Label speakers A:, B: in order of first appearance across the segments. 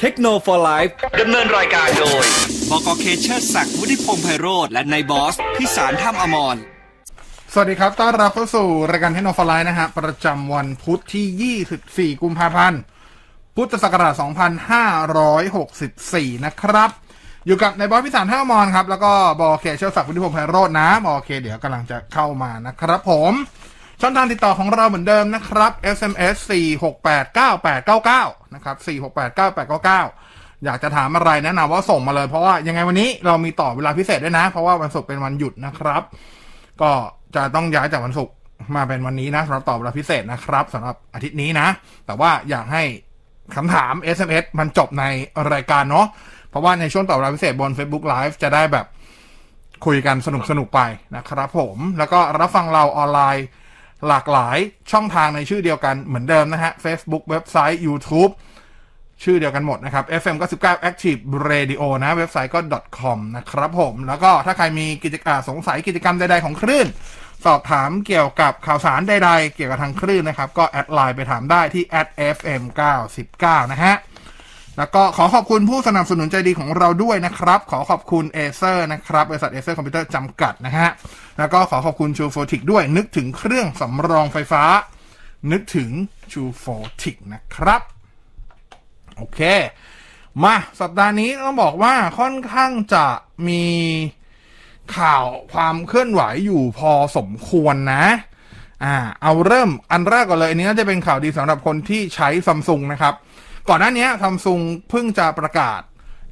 A: เทคโนโลยีไลฟ์
B: ดำเนินรายการโดย
A: บกเคเชอร์ศักดิ์วุฒิพงษ์ไพโรธและนายบอส พิสารถ้ำอมร
C: สวัสดีครับ ต้อนรับเข้าสู่รายการเทคโนโลยีนะฮะ ประจำวันพุธที่ 24 กุมภาพันธ์ พุทธศักราช 2564 นะครับ อยู่กับนายบอยพิสารท่ามอนครับ แล้วก็บอเคเชลศักดิ์วุฒิพงษ์ไพโรจน์นะบอเคเดี๋ยวกำลังจะเข้ามานะครับผม ช่องทางติดต่อของเราเหมือนเดิมนะครับ SMS 4689899 นะครับ 4689899 อยากจะถามอะไรแนะนำว่าส่งมาเลย เพราะว่ายังไงวันนี้เรามีต่อเวลาพิเศษด้วยนะ เพราะว่าวันศุกร์เป็นวันหยุดนะครับ ก็จะต้องย้ายจากวันศุกร์มาเป็นวันนี้นะสำหรับตอบเวลาพิเศษนะครับสำหรับอาทิตย์นี้นะ แต่ว่าอยากให้คำถาม SMS มันจบในรายการเนาะเพราะว่าในช่วงตอบเวลาพิเศษบน Facebook Live จะได้แบบคุยกันสนุกสนุกๆไปนะครับผมแล้วก็รับฟังเราออนไลน์ หลากหลายช่องทางในชื่อเดียวกันเหมือนเดิมนะฮะ Facebook เว็บไซต์ YouTube ชื่อเดียวกันหมดนะครับ FM 99 Active Radio นะ เว็บไซต์ก็ .com นะครับผม แล้วก็ถ้าใครมีกิจกรรมสงสัยกิจกรรมใด ๆ ของคลื่น สอบถามเกี่ยวกับข่าวสารใด ๆ เกี่ยวกับทางคลื่นนะครับ ก็แอดไลน์ไปถามได้ที่ @fm 99นะฮะ แล้วก็ขอขอบคุณผู้สนับสนุนใจดีของเราด้วยนะครับ ขอขอบคุณเอเซอร์นะครับบริษัทเอเซอร์คอมพิวเตอร์จำกัดนะฮะ แล้วก็ขอขอบคุณชูโฟติกด้วยนึกถึงเครื่องสำรองไฟฟ้า นึกถึงชูโฟติกนะครับ โอเค มาสัปดาห์นี้ต้องบอกว่าค่อนข้างจะมีข่าวความเคลื่อนไหวอยู่พอสมควรนะ อ่า เอาเริ่มอันแรกก่อนเลย อันนี้น่าจะเป็นข่าวดีสำหรับคนที่ใช้ซัมซุงนะครับ ก่อนหน้านี้ซัมซุงเพิ่งจะประกาศ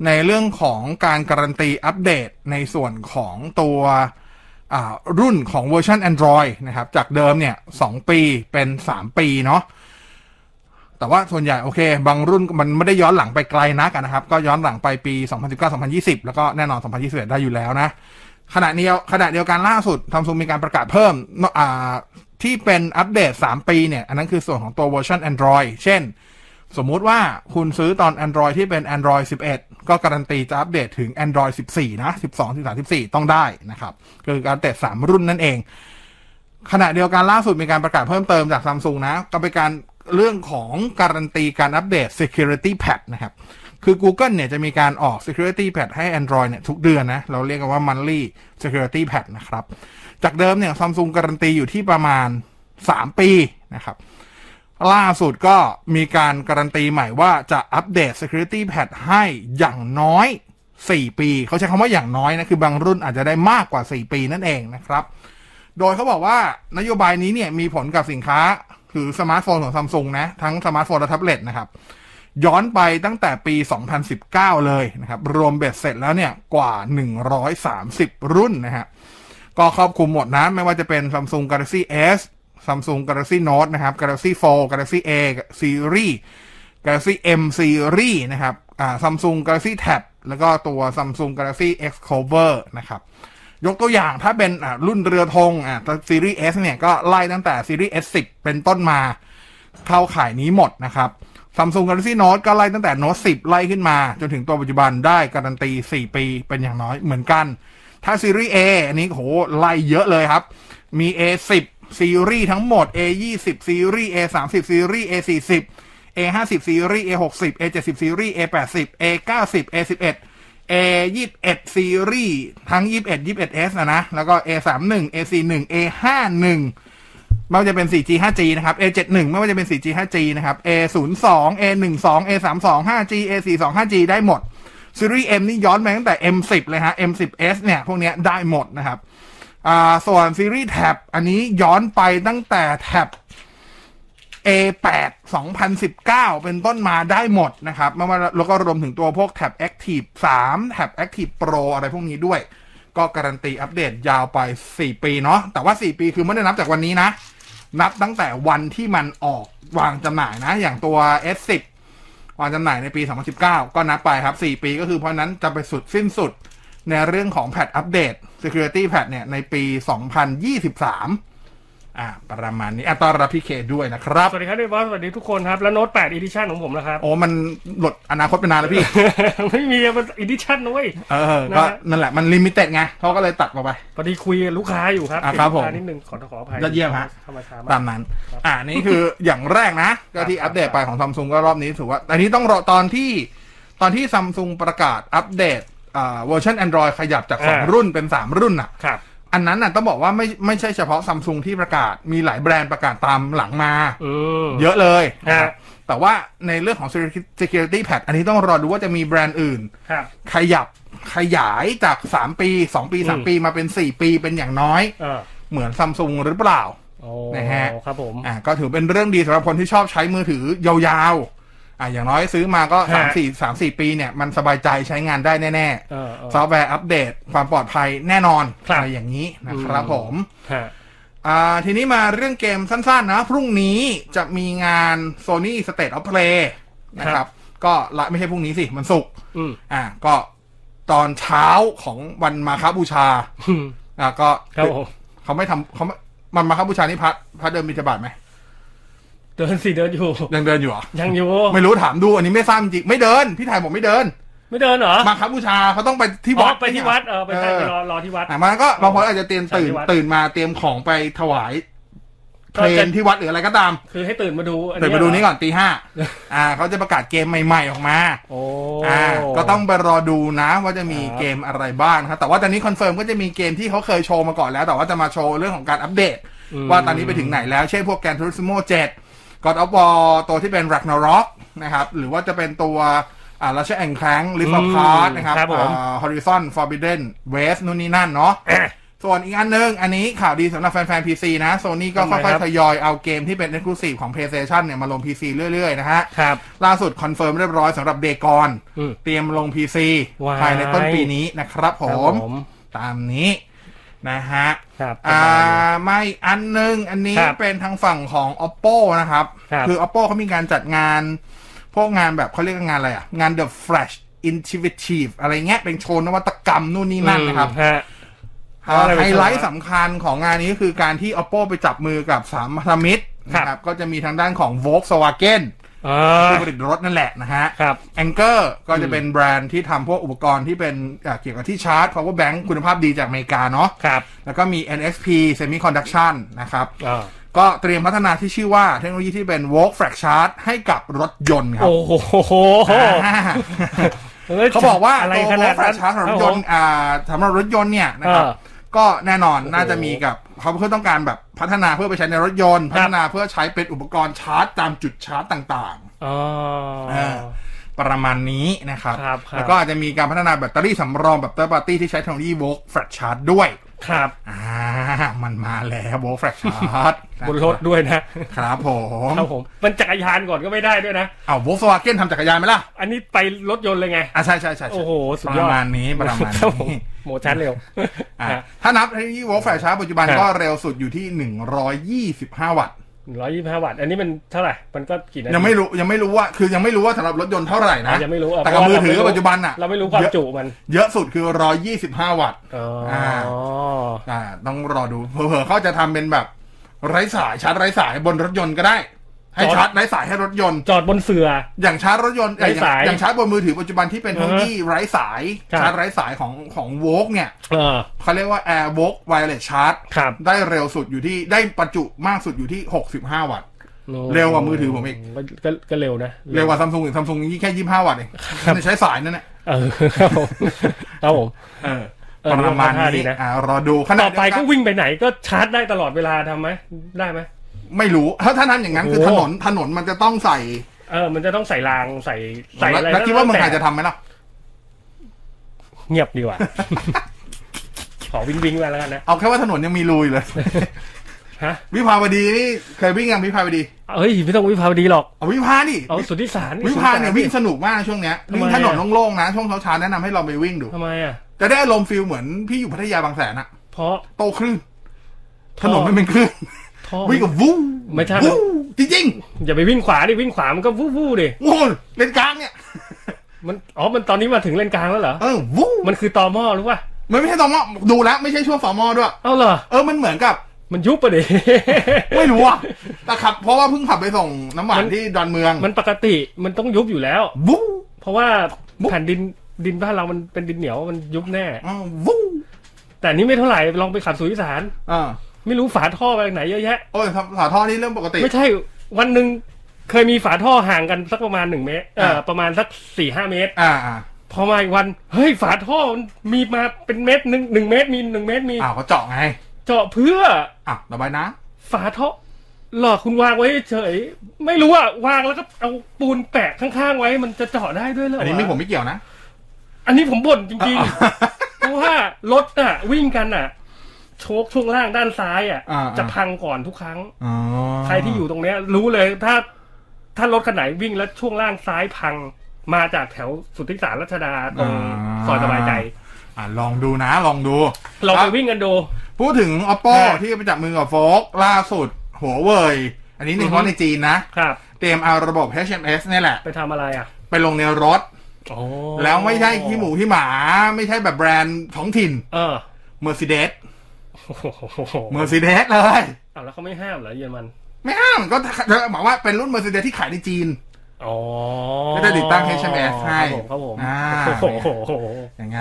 C: ในเรื่องของการการันตีอัปเดตในส่วนของตัว อ่ารุ่นของเวอร์ชัน Android นะครับ จากเดิมเนี่ย 2 ปีเป็น 3 ปีเนาะ แต่ว่าส่วนใหญ่โอเค บางรุ่นมันไม่ได้ย้อนหลังไปไกลนักอะนะครับ ก็ย้อนหลังไปปี 2019-2020 แล้วก็แน่นอน 2021 ได้อยู่แล้วนะ ขณะเดียวขณะเดียวกันล่าสุดทำซุงมีการประกาศเพิ่มเนอะอ่าที่เป็นอัปเดต 3 ปีเนี่ย อันนั้นคือส่วนของตัวเวอร์ชัน Android เช่น สมมุติว่าคุณซื้อตอน Android ที่เป็น Android 11 ก็การันตีจะอัปเดตถึง Android 14 นะ 12 13 14 ต้องได้นะครับก็คือการอัปเดต 3 รุ่นนั่นเอง ขณะเดียวกันล่าสุดมีการประกาศเพิ่มเติมจากซัมซุงนะ ก็เป็นการเรื่องของการันตีการอัปเดต Security Patch นะครับ คือ Google เนี่ยจะมีการออก Security Patch ให้ Android เนี่ยทุกเดือนนะ เราเรียกกันว่า monthly Security Patch นะครับ จากเดิมเนี่ยซัมซุงการันตีอยู่ที่ประมาณ 3 ปีนะครับ ล่าสุดก็มีการการันตีใหม่ว่าจะอัปเดต Security Patch ให้อย่างน้อย 4 ปี เขาใช้คำว่าอย่างน้อยนะ คือบางรุ่นอาจจะได้มากกว่า 4 ปีนั่นเองนะครับ โดยเขาบอกว่านโยบายนี้เนี่ยมีผลกับสินค้า คือสมาร์ทโฟนของซัมซุงนะ ทั้งสมาร์ทโฟนและแท็บเล็ตนะครับ ย้อนไปตั้งแต่ปี 2019 เลยนะครับ รวมเบ็ดเสร็จแล้วเนี่ยกว่า 130 รุ่นนะฮะ ก็ครอบคลุมหมดนะ ไม่ว่าจะเป็น Samsung Galaxy S Samsung Galaxy Note นะครับ Galaxy 4 Galaxy A Series Galaxy M Series นะครับอ่า Samsung Galaxy Tab แล้วก็ตัว Samsung Galaxy X Cover นะครับ ยกตัวอย่างถ้าเป็นอ่ะรุ่นเรือธงอ่ะซีรีส์ S เนี่ยก็ไล่ตั้งแต่ซีรีส์ S10 เป็นต้นมา เข้าขายนี้หมดนะครับ Samsung Galaxy Note ก็ไล่ตั้งแต่ Note 10 ไล่ขึ้นมา จนถึงตัวปัจจุบันได้การันตี 4 ปีเป็นอย่างน้อยเหมือนกัน ถ้าซีรีส์ A อันนี้โหไล่เยอะเลยครับ มี A10 ซีรีส์ทั้งหมด A20 ซีรีส์ A30 ซีรีส์ A40 A50 ซีรีส์ A60 A70 ซีรีส์ A80 A90 A11 A21 ซีรีส์ทั้ง 21 21S นะนะ แล้วก็ A31 A41 A51 ไม่ว่าจะเป็น 4G 5G นะครับ A71 ไม่ว่าจะเป็น 4G 5G นะครับ A02 A12 A32 5G A42 5G ได้หมด ซีรีส์ M นี่ย้อนไปตั้งแต่ M10 เลยฮะ M10S เนี่ยพวกเนี้ยได้หมดนะครับอ่าส่วนซีรีส์แท็บอันนี้ย้อนไปตั้งแต่แท็บ A8 2019 เป็นต้นมาได้หมดนะครับไม่ว่าแล้วก็รวมถึงตัวพวกแท็บ Active 3 แท็บ Active Pro อะไรพวกนี้ด้วย ก็การันตีอัปเดตยาวไป 4 ปีเนาะแต่ว่า 4 ปีคือไม่ได้นับจากวันนี้นะ นับตั้งแต่วันที่มันออกวางจำหน่ายนะ อย่างตัว S10 วางจำหน่ายในปี 2019 ก็นับไปครับ 4 ปีก็คือเพราะนั้นจะไปสุดสิ้นสุดในเรื่องของแพทอัปเดต Security Patch เนี่ยในปี 2023 อ่าประมาณนี้อ่ะต้อนรับพี่เคด้วยนะครับ
D: สวัสดีครับด้วยบอสสวัสดีทุกคนครับ แล้วโน้ต8 edition ของผม นะครับ
C: โอ้มันหลดอนาคตไปนาน แล้วพี่
D: ไม่มีมัน edition นะเว้ย
C: เออ
D: นะ
C: ก็
D: ฮะ
C: นั่นแหละมันลิมิเต็ดไงเขาก็เลยตัดมาไป
D: พอดีคุยกับลูกค้าอยู่ครับ
C: อ่ะครับผม
D: ติดลูกานิดนึงขอขออภัย
C: ยอดเยี่ยมฮะ
D: เข้ามาช้า
C: ตาม
D: าม ก
C: นั้น
D: ครับ
C: อ่านี่คือ อย่างแรกนะ ก็ที่
D: ครับ
C: อัปเดตไปของซัมซุงก็รอบนี้ถือว่า แต่นี้ต้องรอตอนที่ ตอนที่ซัมซุงประกาศอัปเดตเวอร์ชัน Android ขยับจากสอง
D: อ่ารุ่
C: รุ่นเป็นสามรุ่นอ่ะ
D: ครับ
C: อันนั้นน่ะต้องบอกว่าไม่ไม่ใช่เฉพาะซัมซุงที่ประกาศมีหลายแบรนด์ประกาศตามหลังมา
D: เออ
C: เยอะเลย
D: ฮะ
C: นะครับแต่ว่าในเรื่องของ security patch อันนี้ต้องรอดูว่าจะมีแบรนด์อื่น
D: ครับ
C: ขยับขยายจาก 3 ปี 2 ปี
D: อืม
C: 3 ปีมาเป็น 4 ปีเป็นอย่างน้อย
D: เออ
C: เหมือนซัมซุงหรือเปล่า
D: โอ้
C: นะฮะ
D: ครับผม
C: อ่าก็ถือเป็นเรื่องดีสำหรับคนที่ชอบใช้มือถือยาวๆอ่าอย่างน้อยซื้อมาก็สามสี่สามสี่ปีเนี่ยมันสบายใจใช้งานได้แน่
D: เออเออ
C: ๆ ซอฟต์แวร์อัปเดตความปลอดภัยแน่นอน
D: ครับ
C: อะไรอย่างนี้นะครับ
D: อืม
C: ผม
D: ฮะ
C: อ่าทีนี้มาเรื่องเกมสั้นๆนะ พรุ่งนี้จะมีงาน Sony State of Play นะค
D: ครั
C: รับ
D: บ
C: ก็ละไม่ใช่พรุ่งนี้สิ มันสุกร์
D: อืม
C: อ่าก็ตอนเช้าของวันมาคบูชา
D: อืม
C: อ่าก็
D: ครับผม
C: เขาไม่ทำเขาไม่มันมาคบูชานี่พระพระเดินบิณฑบาตไหม
D: เดินสิเดินอยู่
C: ยังเดินอยู่เหรอ
D: ยังอยู่
C: ไม่รู้ถามดูอันนี้ไม่ทราบจริงไม่เดิน พี่ถ่ายบอกไม่เดิน
D: ไม่เดินเหรอ
C: มาคบูชาเขาต้องไปที่
D: อ๋
C: วั
D: อ
C: ด
D: ไปที่วัดเออไปใช่
C: เ
D: ไปรอรอที่วัด
C: อ่ะมันก็บางคนอาจจะเตรียมตื่น
D: ที่วัด
C: ตื่นมาเตรียมของไปถวายเพ
D: ก็
C: ล
D: จะ
C: นที่วัดหรืออะไรก็ตาม
D: คือให้ตื่นมาดูอัน
C: เปิด
D: เย
C: มาดูนี้
D: เหร
C: ก่อนตีห้า อ่าเขาจะประกาศเกมใหม่ๆออกมา
D: โอ้
C: อ่า ก็ต้องไปรอดูนะว่าจะมี
D: ครับ
C: เกมอะไรบ้างนะครับ แต่ว่าตอนนี้คอนเฟิร์มก็จะมีเกมที่เขาเคยโชว์มาก่อนแล้ว แต่ว่าจะมาโชว์เรื่องของการอัปเดต
D: ม
C: ว่าตอนนี้ไปถึงไหนแล้ว เช่นพวกแกนทูริสโมเจ็ดกอดออฟวอตัวที่เป็นรักน a ร็อกนะครับ หรือว่าจะเป็นตัว อ่าราชแองแคลงลิฟท์พาร์ตนะครับ
D: ครับผม
C: อ่าฮอริซอนฟอร์บิเดนเวสนู่นนี่นั่น เนาะ
D: อ่ะ
C: ส่วนอีกอันหนึง อันนี้ข่าวดีสำหรับแฟนๆ PC นะ โซนี่ก็
D: ทำไม
C: ค่อย
D: ครับ
C: ๆ ทยอยเอาเกมที่เป็น Exclusive ของ PlayStation เนี่ยมาลง PC เรื่อยๆ นะฮะ
D: ครับ
C: ล่าสุดคอนเฟิร์มเรียบร้อยสำหรับเดกอน
D: อืม
C: เตรียมลง PC
D: ว้าย
C: ภายในต้นปีนี้นะครับผ
D: ครับ
C: ม
D: ผม
C: ตามนี้นะฮะ
D: ครับ
C: อ่าไม่อันหนึง อันนี้
D: ครับ
C: เป็นทางฝั่งของ Oppo นะครับ
D: ครับ
C: อ Oppo เขามีการจัดงาน พวกงานแบบเขาเรียกว่างานอะไรอะงาน The Flash Intuitive อะไรเงี้ยเป็นโชว์นวัตกรรมนู่นนี่นั่นนะครับ
D: อืมฮะ
C: อ่า
D: อะไรไป
C: ไฮไลท์
D: เจอ
C: สำคัญของงานนี้ก็คือการที่ Oppo ไปจับมือกับสามพันธมิตร
D: ครับ
C: นะครับ ก็จะมีทางด้านของ Volkswagen
D: อ่า
C: ผู้ผลิตรถนั่นแหละนะฮะ
D: ครับ
C: Anker ก็จะเป็นแบรนด์ที่ทำพวกอุปกรณ์ที่เป็นอ่าเกี่ยวกับที่ชาร์จ power bank คุณภาพดีจากอเมริกาเนาะ
D: ครับ
C: แล้วก็มี NXP Semiconduction นะครับ
D: อ่า
C: ก็เตรียมพัฒนาที่ชื่อว่าเทคโนโลยีที่เป็น Walk Flag Charge ให้กับรถยนต์ครับ
D: โอ้โห
C: อ่า
D: ฮ้ย
C: เขาบอกว่า
D: อะไร
C: ตัว
D: ข
C: โวล
D: นาด
C: ต์แฟล
D: นั้น
C: ชชาร์จสำหรับรถยนต์
D: ค
C: อ่าสำหรับรถยนต์เนี่ยนะครับ
D: เออ
C: ก็แน่นอนน่าจะ
D: โอ้โห
C: มีกับเขาเพื่อต้องการแบบพัฒนาเพื่อไปใช้ในรถยนต์
D: ครับ
C: พัฒนาเพื่อใช้เป็นอุปกรณ์ชาร์จตามจุดชาร์จต่าง
D: ผมอ๋อ
C: เอ
D: อ
C: อ ๆ ประมาณนี้นะครับ
D: ครับครับ
C: แล้วก็อาจจะมีการพัฒนาแบตเตอรี่สำรองแบบเตอร์ปาร์ตี้ที่ใช้เทคโนโลยีโวลต์แฟลชชาร์จด้วย
D: ครับ
C: อ่ามันมาแล้วโวลต์แฟลชชาร์จ
D: บนรถด้วยนะ
C: ครับผม
D: ครับผมมันจักรยานก่อนก็ไม่ได้ด้วยนะ
C: เอาโวลต์สวาเกนทำจักรยานไหมล่ะ
D: อันนี้ไปรถยนต์เลยไง
C: อ่ะใช่ใช่ใช่
D: โอ้
C: ใช่
D: โห สุด
C: ป
D: ยอ
C: ระ
D: ด
C: มาณนี้ประมาณ
D: ครับผม
C: นี้
D: โหมชันเร็ว
C: อ่ะถ้านับเทคโนโลยีวอลแฟร์ชาร์จปัจจุบัน
D: ครับ
C: ก็เร็วสุดอยู่ที่ 125 วัตต์
D: ร้อยยี่ห้าวัตต์ อันนี้มันเท่าไหร่ มันก็กี่นาที
C: ยังไม่รู้ยังไม่รู้ว่าคือยังไม่รู้ว่าสำหรับรถยนต์เท่าไหร่นะ
D: อ่ะยังไม่รู้ะ
C: แต่กับ
D: เพ
C: มือถือ
D: ราะว่าเราไรู้
C: ปัจจุบันอ่ะ
D: เราไม่รู้ความ
C: เยอะ
D: จุมัน
C: เยอะสุดคือ 125 วัตต์
D: อ๋ออา
C: อ่าต้องรอดูเผื่อๆเขาจะทำเป็นแบบไร้สายชาร์จไร้สายบนรถยนต์ก็ได้ ให้ชาร์จไร้สายให้รถยนต์
D: จอดบนเสือ
C: อย่างชาร์จรถยนต์เอ่อ
D: ไร้สา
C: อ
D: ย
C: ย่างอย่างชาร์จบนมือถือปัจจุบันที่เป็นเทคโนโลยีไร้สาย
D: ครับ
C: ชาร์จไร้สายของของโวกเนี่ย
D: เออ
C: เขาเรียกว่า Air w o l k Wireless Charge
D: ครับ
C: ได้เร็วสุดอยู่ที่ได้ประจุมากสุดอยู่ที่ 65 วัตต์ เร็วกว่ามือถือผมอีก
D: ก็ก็เร็วนะ
C: เร็วกว่าซัมซุงอีกซัมซุงนี่แค่ 25 วัตต์เอง
D: ครับ
C: มันใช้สายนั่นแหละ
D: เออครับผมครับผม
C: เออ
D: เออ
C: ประมาณ
D: เออดี
C: นี้
D: นะ
C: อ่ารอดูขนา
D: ต่
C: ด
D: อไป
C: เดียว
D: ก็
C: น
D: วิ่งไปไหนก็ชาร์จได้ตลอดเวลาทำไหมได้ไหม
C: ไม่รู้ถ้าถ้าทำอย่างนั้นคือ
D: โอ้
C: ถ
D: โห
C: นนถนนมันจะต้องใส่
D: เออ มันจะต้องใส่รางใส่ใส่
C: แล้ว
D: อะไร
C: แล้วคิดว่าเมืองไทย
D: แต่
C: จะทำไหมล่ะ
D: เงียบดีกว่า ขอวิ่งวิ่งไปแล้วกันนะ
C: เอาแค่ว่าถนนยังมีรูอย เลย
D: ฮะ
C: วิภาวดีนี่เคยวิ่งยังวิภาวดี
D: เฮ้ยไม่ต้องวิภาวดีหรอก
C: เอาวิภาดิ
D: เอาสุดที่สาร
C: วิภาเนี่ยวิ่งสนุกมากช่วงเนี้ย
D: ทำไม
C: วิ่งถนน
D: อ่ะ
C: โล่งๆนะช่วงเช้าๆแนะนำให้เราไปวิ่งดู
D: ทำไมอ่ะ
C: จะได้อารมณ์ฟิลเหมือนพี่อยู่พัทยาบางแสนอะ
D: เพราะ
C: โตคลื่น
D: ท่
C: ถ
D: อ
C: นนมันเป็นคลื่น
D: ท่อ
C: วิ่งกับวู้
D: ไม่ใช่
C: วู้จริง
D: อย่าไปวิ่งขวาดิวิ่งขวามันก็วู้วู้ดิ
C: ๆโอ้โหเลนกลางเนี่ย
D: มันอ๋อมันตอนนี้มาถึงเลนกลางแล้วเหรอ
C: เออวู้
D: มันคือตอมอหรือว่า
C: มันไม่ใช่ตอมอดูแล้วไม่ใช่ช่วงสอมอด้วย
D: เอ้าเหรอ
C: เออมันเหมือนกับ
D: มันยุบไปะดิ
C: ไม่รู้อะแต่ขับ เพราะว่าเพิ่งขับไปส่งน้ำหวาน
D: มัน
C: ที่ดอนเมือง
D: มันปกติมันต้องยุบอยู่แล้ว
C: วู้
D: เพราะว่า
C: บุ๊บ
D: แผ่นดินดินบ้านเรามันเป็นดินเหนียวมันยุบแน่
C: อ่าวู้
D: แต่อันนี้ไม่เท่าไหร่ลองไปขับสุริสาร
C: อ่า
D: ไม่รู้ฝาท่อไปไหนเยอะแยะ
C: โอ้ยครับสาท่อนี่เรื่องปกติ
D: ไม่ใช่วันหนึ่ง เคยมีฝาท่อห่างกันสักประมาณหนึ่งเมตรเอ่อ
C: อ่ะ
D: ประมาณสักสี่ห้าเมตร
C: อ่าอ่า
D: พอมาอีกวัน เฮ้ยฝาท่อมันมีมาเป็นเมตรหนึ่งหนึ่งเมตรมีหนึ่งเมตรมี
C: อ้าวเขาเจาะไง
D: เจาะเพื่อ
C: อ้าวระบายน้
D: ฝาท่อหลอกคุณวางไว้เฉยไม่รู้อะวางแล้วก็เอาปูนแปะข้างๆไว้มันจะเจาะได้ด้วยเหร
C: ำ
D: อ
C: อัน
D: อั
C: นี้ไม่ผมไม่เกี่ยวนะ
D: อันนี้ผมบ่นจริงๆ เพราะว่ารถอะวิ่งกันอะโชคช่วงล่างด้านซ้ายอะ
C: อ่า
D: จะพังก่อนทุกครั้ง
C: อ๋อ
D: ใครที่อยู่ตรงเนี้ย รู้เลยถ้าถ้ารถคันไหนวิ่งแล้วช่วงล่างซ้ายพังมาจากแถวสุทธิสารรัชดาตรงซอยสบายใจ
C: อ่าลองดูนะลองดู
D: เรา
C: ค
D: ไป
C: รับ
D: วิ่งกันดู
C: พูดถึง oppo
D: ครับ
C: ที่ไปจับมือกับโฟกล่าสุด หัวเว่ย อันนี้ใน
D: อือ
C: เฉ
D: ฮึ
C: พาะในจีนนะ
D: ครับ
C: เตรียมเอาระบบ HMS เนี่ยแหละ
D: ไปทำอะไรอ่ะ
C: ไปลงในรถ แล้วไม่ใช่ขี้หมูขี้หมา ไม่ใช่แบบแบรนด์ท้องถิ่น
D: เอ อ
C: Mercedes
D: โอ้โห
C: Mercedes เลย
D: เอาแล้วเขาไม่ห้ามเหรอเยอรมัน
C: ไม่ห้ามก็หมายว่าเป็นรุ่น Mercedes ที่ขายในจีน
D: อ๋อ
C: ก็จะติดตั้ง HMS ให้
D: ครับผม
C: อ่า
D: ครับผมโอ้โห
C: อย่างไง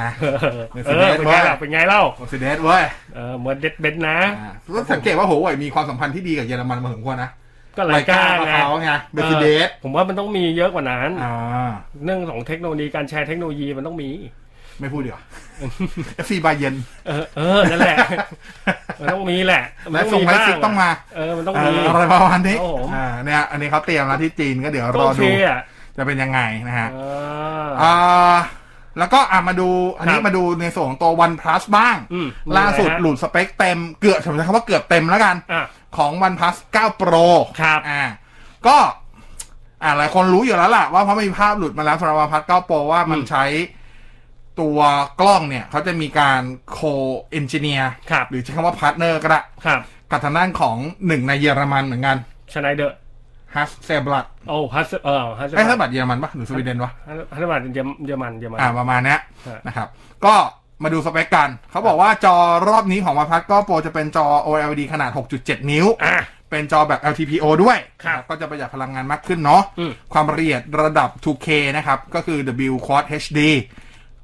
D: เออเป็นไงล่ะเป็นไงเล่า
C: Mercedes เว้ย
D: เออเหมือนเด็ดเบนนะ
C: อ่าก็สังเกตว่าหัวเว่ยมีความสัมพันธ์ที่ดีกับเยอรมันมาถึงควรนะ
D: ก็ไลก้าไง
C: เขาไง
D: อ
C: Mercedes
D: อผมว่ามันต้องมีเยอะกว่านั้น
C: อ่า
D: เรื่องของเทคโนโลยีการแชร์เทคโนโลยีมันต้องมี
C: ไม่พูดดีกว่า FC บาเยน
D: เออเออนั่นแหละ มันต้องมีแหละ
C: และส่งไลฟ์ซิกต้องมา
D: เออมันต้อง
C: เอ่
D: มี
C: ออะไรประมาณนี้
D: ครับผม
C: อ่าเนี่ยอันนี้เขาเตรียมแล้วที่จีนก็เดี๋ยวร
D: ก็
C: อ
D: โอเค
C: ดู
D: อ่ะ
C: จะเป็นยังไงนะฮะ
D: เอออ
C: อ่าแล้วก็อ่ะมาดูอันนี้
D: ครับ
C: มาดูในส่วนของตัว One Plus บ้าง
D: อืม
C: ล่าสุด
D: มีอะไรฮะ
C: หลุดสเปคเต็มเกือบใช้คำว่าเกือบเต็มแล้วกัน
D: อ่ะ
C: ของ One Plus 9 Pro
D: ครับ
C: อ่าก็อ่าหลายคนรู้อยู่แล้วล่ะว่าเพราะมีภาพหลุดมาแล้วสำหรับ One Plus 9 Pro ว่ามัน
D: อืม
C: ใช้ตัวกล้องเนี่ยเขาจะมีการ co engineer
D: ครับ
C: หรือใช้คำว่า partner ก็ได้
D: ครับ
C: กับทางด้านของหนึ่งในเยอรมันเหมือนกัน
D: ชไนเดอร์
C: ฮัสเซบลัด
D: โอ้ฮัสเออฮัส
C: ไอ้ฮัสบัดเยอรมันปะหรือสวีเดนวะ
D: ฮัสบัตเยอรเยอรมันเยอรมัน
C: อ่าประมาณเนี้ย
D: ฮะ
C: นะครับ ก็มาดูสเปคกัน เขาบอกว่าจอรอบนี้ของมาพัทก็โปรจะเป็นจอ OLED ขนาด 6.7 นิ้ว
D: อ่ะ
C: เป็นจอแบบ LTPO ด้วย
D: ครับ
C: ก็จะประหยัดพลังงานมากขึ้นเนาะ
D: อืม
C: ความละเอียดระดับ 2K นะครับ ก็คือ W Quad HD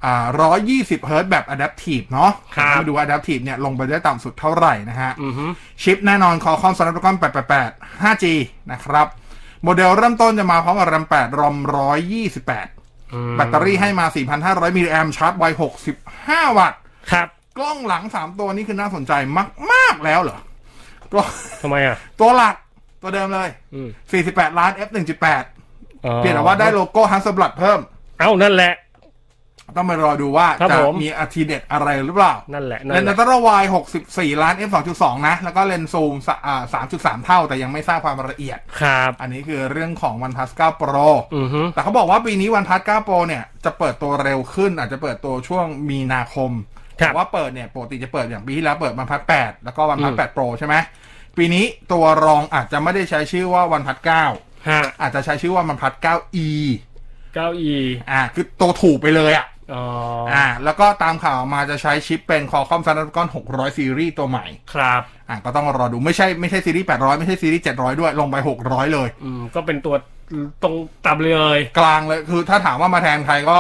C: อ่า120 Hz แบบ Adaptive เนาะ
D: ครับ
C: มาดู Adaptive เนี่ยลงไปได้ต่ำสุดเท่าไหร่นะฮะ
D: อือฮึ
C: ชิปแน่นอน Qualcomm Snapdragon 888 5G นะครับ โมเดลเริ่มต้นจะมาพร้อมกับ RAM 8 ROM 128
D: อืม
C: แบตเตอรี่ให้มา 4,500 มิลลิแอมชาร์จไว 65 วัตต์
D: ครับ
C: กล้องหลัง 3 ตัวนี้คือน่าสนใจมาก ๆ แล้วเหรอ ก็
D: ทำไมอ่ะ
C: ตัวหลักตัวเดิมเลย
D: อืม
C: 48 ล้าน f 1.8เปลี่ยนแต่ว่าได้โลโก้ฮันสบลัดเพิ่ม
D: เอ้านั่นแหละ
C: ต้องไปรอดูว่า
D: ครับ
C: จะ
D: ผม
C: มีอาทีเด็ดอะไรหรือเปล่า
D: นั่นแหละ
C: เล
D: นั่น
C: น
D: แห
C: ส์อั
D: ละ
C: ลตร้าไวด์64 ล้าน f 2.2 นะ แล้วก็เลนส์ซูมสะอ่า3.3 เท่า แต่ยังไม่ทราบความละเอียด
D: ครับ
C: อันนี้คือเรื่องของ OnePlus 9 Pro
D: อือฮึ
C: แต่เขาบอกว่าปีนี้ OnePlus 9 Pro เนี่ย จะเปิดตัวเร็วขึ้น อาจจะเปิดตัวช่วงมีนาคม
D: ครั
C: แต่
D: บ
C: ว่าเปิดเนี่ย ปกติจะเปิดอย่างปีที่แล้วเปิด OnePlus 8 แล้วก็ OnePlus
D: อืม
C: 8 Pro ใช่ไหม ปีนี้ตัวรองอาจจะไม่ได้ใช้ชื่อว่า OnePlus 9
D: ฮะ
C: อาจจะใช้ชื่อว่า OnePlus 9e
D: เก้าอี้
C: อ่าคือตัวถูกไปเลยอ่ะ
D: อ๋ออ
C: อ่าแล้วก็ตามข่าวมาจะใช้ชิปเป็น Qualcomm Snapdragon 600 Series ตัวใหม่
D: ครับ
C: อ่ะก็ต้องรอดูไม่ใช่ไม่ใช่ซีรีส์ 800 ไม่ใช่ซีรีส์ 700 ด้วยลงไป 600 เลย
D: อืมก็เป็นตัวตรงต่ำเลย
C: กลางเลยคือถ้าถามว่ามาแทนใครก็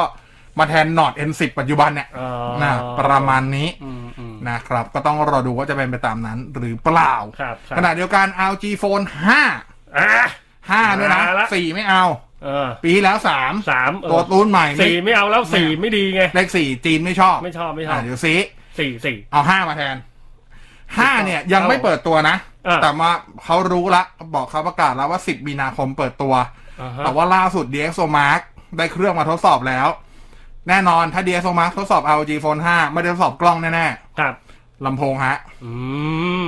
C: มาแทน n o t N10 ปัจจุบันเนี่ย
D: อ๋อ
C: นะประมาณนี้
D: อืมอืม
C: นะครับ ก็ต้องรอดูว่าจะเป็นไปตามนั้นหรือเปล่า
D: ครับครับ
C: ขณะเดียวกัน LG Phone 5
D: อ่ะ
C: 5 ด้วยนะ
D: มาละ
C: 4 ไม่เอา
D: เออ
C: ปีที่แล้ว
D: สามเอ
C: 3
D: อ
C: ตัวรุ่นใหม่ไม่
D: สี่ไม่เอาแล้วสี่ไม่ดีไง
C: เลข 4 จีนไม่ชอบ
D: ไม่ชอบไม่ชอ
C: อ่ะ
D: บ
C: เดี๋ยวซี
D: สี่สี่
C: เอาห้ามาแทนห้าเนี่ยยังไม่เปิดตัวนะ
D: อ่า
C: แต่มาเขารู้ละ บอกเขาประกาศแล้วว่าสิบมีนาคมเปิดตัว
D: อ่าฮะ
C: แต่ว่าล่าสุด DxOMark ได้เครื่องมาทดสอบแล้ว แน่นอนถ้า DxOMark ทดสอบ LG Phone 5 ไม่ได้ทดสอบกล้องแน่
D: ครับ
C: ๆลำโพงฮะ
D: อื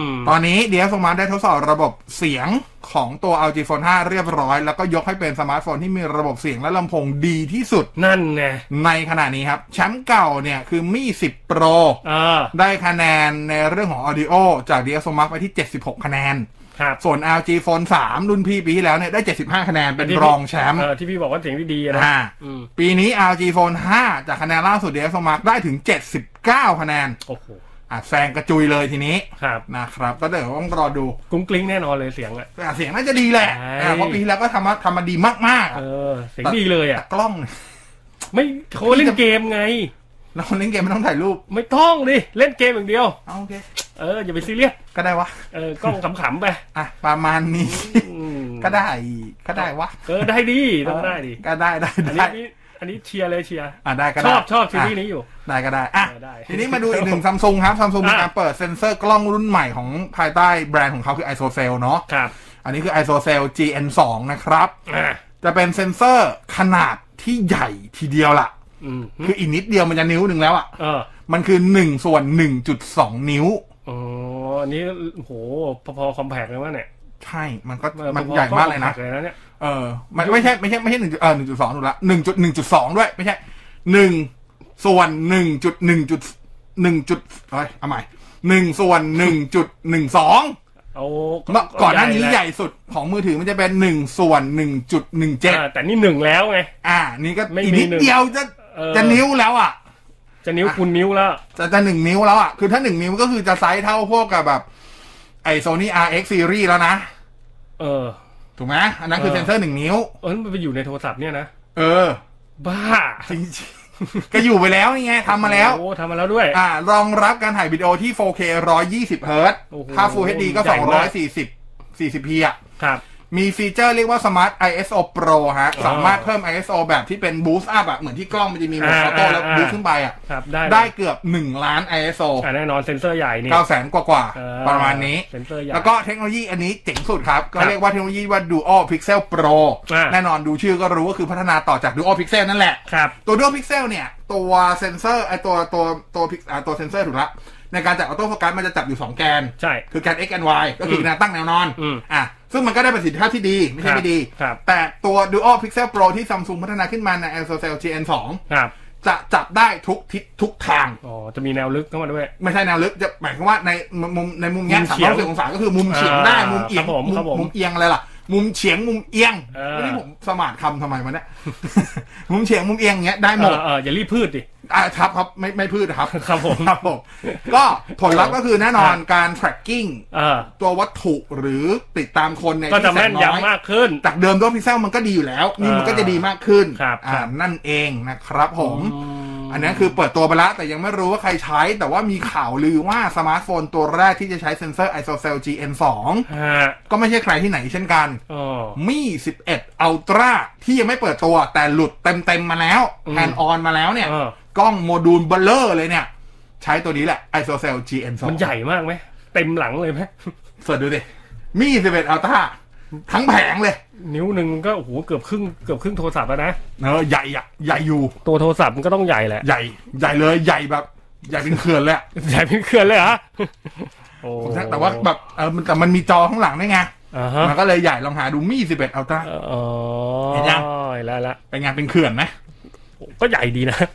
D: ม
C: ตอนนี้ DxOMark ได้ทดสอบระบบเสียงของตัว LG Phone 5 เรียบร้อย แล้วก็ยกให้เป็นสมาร์ทโฟนที่มีระบบเสียงและลำโพงดีที่สุด
D: นั่นไง
C: ในขณะนี้ครับแชมป์เก่าเนี่ยคือมี10 Pro
D: เออ
C: ได้คะแนนในเรื่องของ Audio จาก DXOMark ไปที่ 76 คะแนน
D: ครับ
C: ส่วน LG Phone 3 รุ่นพี่ปีที่แล้วเนี่ย ได้ 75 คะแนน เป็นรองแชมป์
D: เออที่พี่บอกว่าเสียงดีๆนะ
C: อ่า
D: อืม
C: ปีนี้ LG Phone 5 จากคะแนนล่าสุด DXOMark ได้ถึง 79 คะแนน
D: โอ้โห
C: อ่ะแซงกระจุยเลยทีนี้
D: ครับ
C: นะครับ ก็เดี๋ยวต้องรอดู
D: กรุ้งกลิ้งแน่นอนเลยเสียงอ่ะ
C: แต่เสียงน่าจะดีแหละ
D: ใช่
C: อ่ะเพราะปีที่แล้วก็ทำมาทำมาดีมากๆ
D: เอ
C: อ่ะ
D: อเสียงดีเลยอ่ะ
C: แต่กล้องเนี่ย
D: ไม่เขาเล่นเกมไง
C: เราเล่นเกมไม่ต้องถ่ายรูป
D: ไม่ต้องดิเล่นเกมอย่างเดียว
C: เอาโอเค
D: เอออย่าไปซีเรียส
C: ก็ได้วะ
D: เออ กล้องขำๆไป
C: อ่ะประมาณนี้
D: อืม
B: ก็ได้ก็ได้วะ
D: เออได้ดีต้องได้ดี
B: ก็ได้ได้
D: อันนี้
B: ได้
D: อันนี้อันนี้เชียร์เลยเชียร์
B: อ่ะได้ก็
D: ช
B: ได้
D: อบชอบซีรีส์นี้อยู่
B: ได้ก็ได้อ่ะ
D: เออได้
C: ทีนี้มาดูอีกหนึ่งซัมซุงครับซัมซุงมีการเปิดเซ็นเซอร์กล้องรุ่นใหม่ของภายใต้แบรนด์ของเขาคือ ISOCELL เนาะ
D: ครับ
C: อันนี้คือ ISOCELL GN2 นะครับ
D: อ่ะ
C: จะเป็นเซ็นเซอร์ขนาดที่ใหญ่ทีเดียวล่ะ
D: อืม
C: คืออีกนิดเดียวมันจะนิ้วหนึ่งแล้วอ่ะ
D: เออ
C: มันคือหนึ่งส่วนหนึ่งจุดสองนิ้ว
D: อ๋ออันนี้โหพอๆคอมแพกเลยว่าเนี่ย
C: ใช่ มันก็
D: เออ
C: มัน
D: พอๆ
C: ใหญ่มากเลยนะ
D: คอแพคเลยนะเนี่ย
C: เออ มันไม่ใช่ไม่ใช่ไม่ใช่หนึ่งเออหนึ่งจุดสองถูกละหนึ่งจุดหนึ่งจุดสองด้วย ไม่ใช่หนึ่งส่วนหนึ่งจุดหนึ่งจุดหนึ่งจุดเอ้ยเอาใหม่หนึ่งส่วนหนึ่งจุดหนึ่งส อง
D: เอา
C: เมื่อก่อนหน้านี้
D: แล้ว
C: ใหญ่สุดของมือถือมันจะเป็นหนึ่งส่วนหนึ่งจุดหนึ่งเจ็ด
D: อ่ะแต่นี่หนึ่งแล้วไง
C: อ่า นี่ก็
D: ไม่มี
C: อีกนิด
D: หนึ่ง
C: เดียวจะ
D: เออ
C: จะนิ้วแล้วอ่ะ
D: จะนิ้วคุณนิ้วแล้ว
C: จะจะหนึ่งนิ้วแล้วอ่ะ คือถ้าหนึ่งนิ้วก็คือจะไซส์เท่าพวกกับแบบไอโซนี่ RX series แล้วนะ
D: เออ
C: ถูกไหมอันนั้นคือ
D: เออ
C: เซ็นเซอร์หนึ่งนิ้ว
D: เออมันไปอยู่ในโทรศัพท์เนี่ยนะ
C: เออ
D: บ้า
C: จริงๆ ก็อยู่ไปแล้วนี่ไงทำมาแล้ว
D: โอ้ทำมาแล้วด้วย
C: อ่ารองรับการถ่ายวิดีโอที่ 4K 120เฮิร์ตซ์
D: โอ้โห
C: ค่า Full HD ก็
D: ใหญ่มาก
C: 240 40p อ่ะ
D: ครับ
C: มีฟีเจอร์เรียกว่า Smart ISO Pro ฮะ
D: อ๋อ
C: สามารถเพิ่ม ISO แบบที่เป็น Boost Up อ่ะ เหมือนที่กล้องมันจะมีโม
D: อ่า
C: โต้แล้ว
D: อ่า
C: บูสขึ้นไปอ่ะ
D: ครับได้
C: ได้เกือบ 1 ล้าน ISO
D: อ่ะแน่นอนเซ็นเซอร์ใหญ่นี่
C: 900,000กว่ากว่าๆ
D: เออ
C: ประมาณนี้
D: เซ็นเซอร์ใหญ่
C: แล้วก็เทคโนโลยีอันนี้เจ๋งสุดครับ ก็
D: ครับ
C: เรียกว่าเทคโนโลยีว่า Dual Pixel Pro
D: อ่า
C: แน่นอนดูชื่อก็รู้ว่าคือพัฒนาต่อจาก Dual Pixel นั่นแหละ
D: ครับ
C: ตัว Dual Pixel เนี่ย ตัวเซนเซอร์ไอตัวตัวตัวพิกอ่าตัวเซนเซอร์ถูกละในการจับออโต้โฟกัสมันจะจับอยู่ 2 แกน
D: ใช่
C: คือแกน x แกน y ก็คือแนวตั้งแนวนอน
D: อืม
C: อ่ะซึ่งมันก็ได้ประสิทธิภาพที่ดี ไม่ใช่
D: ครับ
C: ไม่ดี
D: ครับ
C: แต่ตัว Dual Pixel Pro ที่ Samsung พัฒนาขึ้นมาใน Exocell GN
D: ครับ
C: 2จะจับได้ทุกทิศทุกทาง
D: อ๋อจะมีแนวลึกเข้ามาด้วย
C: ไม่ใช่แนวลึกจะหมายความว่าในมุมในมุมเนี้ย
D: มุม
C: สาม
D: เฉี
C: ร้
D: ย
C: อง ยสิบองศาก็คือมุมเฉียงได้
D: อ่ามุ
C: มุมเอียง
D: ครับผม
C: มุ
D: ครั
C: ม
D: บผม
C: มุมเอียงอะไรล่ะ มุมเฉียงมุมเอียง
D: เออ
C: วันนี้ผมสมานคำทำไมวะเนี่ย มุมเฉียงมุมเอียงเงี้ยได้หมด
D: เออเอออย่ารีบพืชดิ
C: อ่าครับครับไม่ไม่พืชครับ
D: ครับผม
C: ครับผมก็ผลลัพธ์ก็คือแน่นอนการ tracking
D: เออ
C: ตัววัตถุหรือติดตามคนใน
D: ก็จะ
C: ที่
D: แม่น
C: สอย
D: ำมากขึ้น
C: จากเดิมตัวพิกเซลมันก็ดีอยู่แล้ว นี่มันก็จะดีมากขึ้น
D: ครับ
C: อ่า
D: ครับ
C: นั่นเองนะครับผม อันนี้คือเปิดตัวไปแล้วแต่ยังไม่รู้ว่าใครใช้ แต่ว่ามีข่าวลือว่าสมาร์ทโฟนตัวแรกที่จะใช้เซ็นเซอร์ ISOCELL GN2
D: ฮะ
C: ก็ไม่ใช่ใครที่ไหนเช่นกัน
D: อ๋อ
C: มี 11 Ultra ที่ยังไม่เปิดตัวแต่หลุดเต็มๆมาแล้ว
D: อืม
C: แฮนด์ออนมาแล้วเนี่ย
D: เออ
C: กล้องโมดูลเบลเลอร์เลยเนี่ย ใช้ตัวนี้แหละ ISOCELL GN2
D: มันใหญ่มากไหมเต็มหลังเลยไหม
C: เสิร์ชดูดิมี 11 Ultra ทั้งแผงเลย
D: นิ้วหนึ่งก็โอ้โหเกือบครึ่งเกือบครึ่งโทรศัพท์แล้วนะ
C: เออใหญ่อะใหญ่อยู่
D: ตัวโทรศัพท์มันก็ต้องใหญ่แหละ
C: ใหญ่ใหญ่เลยใหญ่แบบใหญ่เป็นเขื่อนเลยอะ
D: ใหญ่เป็นเครือนเลยเหรอโอ้
C: ผมทักแต่ว่าแบบเออมันแต่มันมีจอข้างหลังด้วยไง
D: อ่าฮะ
C: มันก็เลยใหญ่ลองหาดูมีสิบเอ็ดอัลตร้า
D: อ๋อ
C: เห็นยัง
D: แล้วละ
C: เป็นงานเป็นเขื่อนไหม
D: ก็ใหญ่ดีนะ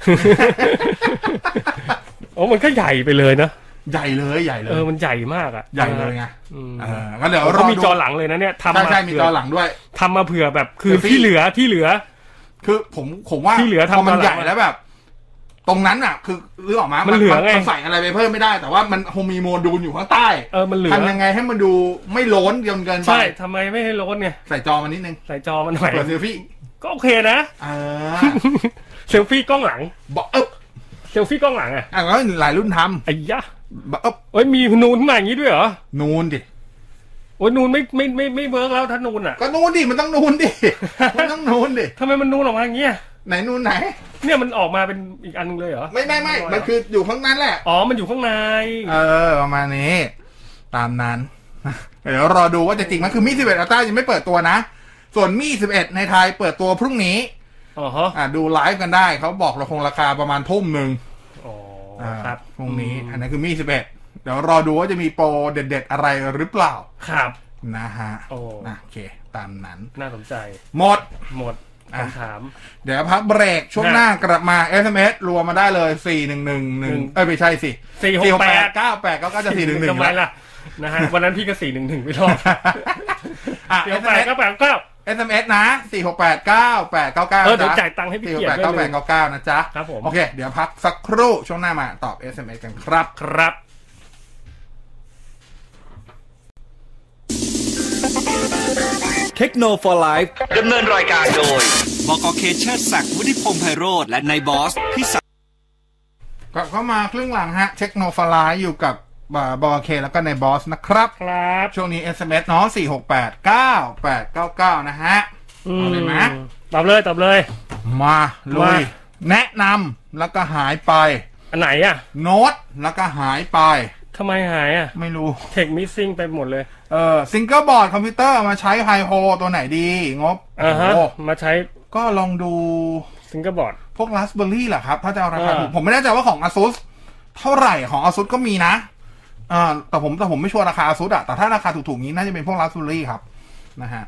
D: โอ้มันก็ใหญ่ไปเลยนะ
C: ใหญ่เลยใหญ่เล
D: เอย อมันใหญ่มากอ่ะ
C: ใหญ่เลยไง
D: อืม
C: เออก็เดี๋ยวร
D: เขา
C: อ
D: มี
C: ดู
D: จอหลังเลยนะเนี่ยทำ
C: ใช่
D: มา
C: ใช่มีจอหลังด้วย
D: ทำมาเผื่อแบบคือ
C: เดี๋ยวพี่
D: ที่เหลือที่เหลือ
C: คือผมผมว่า
D: ที่เหลือทำ
C: พอมัน
D: จอหลัง
C: ใหญ่แล้วแบบ ตรงนั้นอ่ะ คือเรื่องออกมา
D: มัน
C: มั
D: เหลือไง
C: มันใส่อะไรไปเพิ่มไม่ได้ แต่ว่ามันคงมีโมดูลอยู่ข้างใต้
D: เออมันเหลือ
C: ทำยังไงให้มันดูไม่โล้นจนเกินไป
D: ใช่ทำไมไม่ให้ลดเนี่ย
C: ใส่จอมันนิดนึง
D: ใส่จอมันหน่อย
C: เปิดเซลฟี่
D: ก็โอเคนะ
C: อ่า
D: เซลฟี่กล้องหลัง
C: บอกเอ๊บ
D: เซลฟี่กล้องหลังอ่ะ
C: อ่ะแล้วหลายรุ่นท
D: ไอ้ยะ
C: ำบอกเอ๊บ
D: เอ้ยมีนูนขึ้นมาอย่างนี้ด้วยเหรอ
C: นูนดิ
D: โอ้ยนูนไม่ไม่ไม่ไม่เวิร์กแล้วถ้านูนอ่ะ
C: ก็นูนดิมันต้องนูนดิมันต้องนูนดิ
D: ทำไมมันนูนออกมาอย่างเงี้ย
C: ไหนนูนไหน
D: เนี่ยมันออกมาเป็นอีกอันหนึงเลยเหรอ
C: ไม่ไม่ไม่ มันคืออยู่ข้างนั้นแหละ
D: อ๋อ มันอยู่ข้างใน
C: เออ ประมาณนี้ ตามนั้น เดี๋ยวรอดูว่าจะจริงไหมคือมี11 อัลต้ายังไม่เปิดตัวนะ ส่วนมี 11 ในไทยเปิดตัวพรุ่งนี้
D: อ๋อฮะ
C: อ่ะดูไลฟ์กันได้ เขาบอกเราคงราคาประมาณทุ่มหนึ่ง
D: อ๋อ
C: อ่า
D: ครับ
C: พรุ่งนี้ อันนั้นคือมี 11 เดี๋ยวรอดูว่าจะมีโปรเด็ด ๆ อะไรหรือเปล่า
D: ครับ
C: นะฮะ
D: โอ้
C: นะโอเค ตามนั้น
D: น่าสนใจ
C: หมด
D: หมด
C: อ่ะ
D: คำถาม
C: เดี๋ยวพักเบรกช่วงหน้ากลับมา SMS รวมมาได้เลย 4 1 1 1 เอ้ย ไม่ใช่สิ
D: 468
C: 9 8 9 9จะ4 1
D: ทำไม
C: 1ละ
D: ล่ะ นะฮะ วันนั้นพี่ก็สี่หนึ่งหนึ่งไปรอบ
C: อ่ะ
D: เดี๋ยวแปดก็แปดเก้า
C: SMS นะ 4 6 8 9 8 9 9
D: เออเดี๋ยวจ่ายตังค์ให้
C: 4
D: พี่เกียรติ
C: 6
D: ด้วย
C: 8
D: เลย
C: 9 8 9 9 นะจ๊ะ
D: ครับผม
C: โอเค เดี๋ยวพักสักครู่ช่วงหน้ามาตอบ SMS กันครับ
D: ครับ
A: เทคโนโลยีไลฟ์
E: ดำเนินรายการโดย
A: บกเคเชอร์ศักดิ์วุฒิพงษ์ไพโรธและนายบอสพิสาร
C: กลับเข้ามาครึ่งหลังฮะ เทคโนฟลายอยู่กับ บอเคแล้วก็ในบอสนะครับ
D: ครับ
C: ช่วงนี้ SMS เนาะ4 6 8 9 8 9 9 นะฮะ เอาเลยนะ
D: อืมตอบเลยตอบเลย
C: มาลุ
D: มา
C: ยแนะนำแล้วก็หายไป
D: อันไหนอ่ะ
C: โน้ตแล้วก็หายไป
D: ทำไมหายอ่ะ
C: ไม่รู้
D: เทคมิสซิ่งไปหมดเลย
C: เออซิงเกิลบอร์ดคอมพิวเตอร์มาใช้ไฮโฮตัวไหนดี งบ
D: อ่าฮะ
C: โอ้
D: มาใช้
C: ก็ลองดู
D: ซิงเกิลบอร์ด
C: พวก Raspberry แหละครับ ถ้าจะเอาราคา
D: อ่า
C: ถูกผมไม่แน่ใจว่าของ ASUS เท่าไหร่ของ ASUS ก็มีนะอ่าแต่ผมแต่ผมไม่ชัวร์ราคา ASUS อะแต่ถ้าราคาถูกๆนี้น่าจะเป็นพวก Raspberry ครับ นะฮะ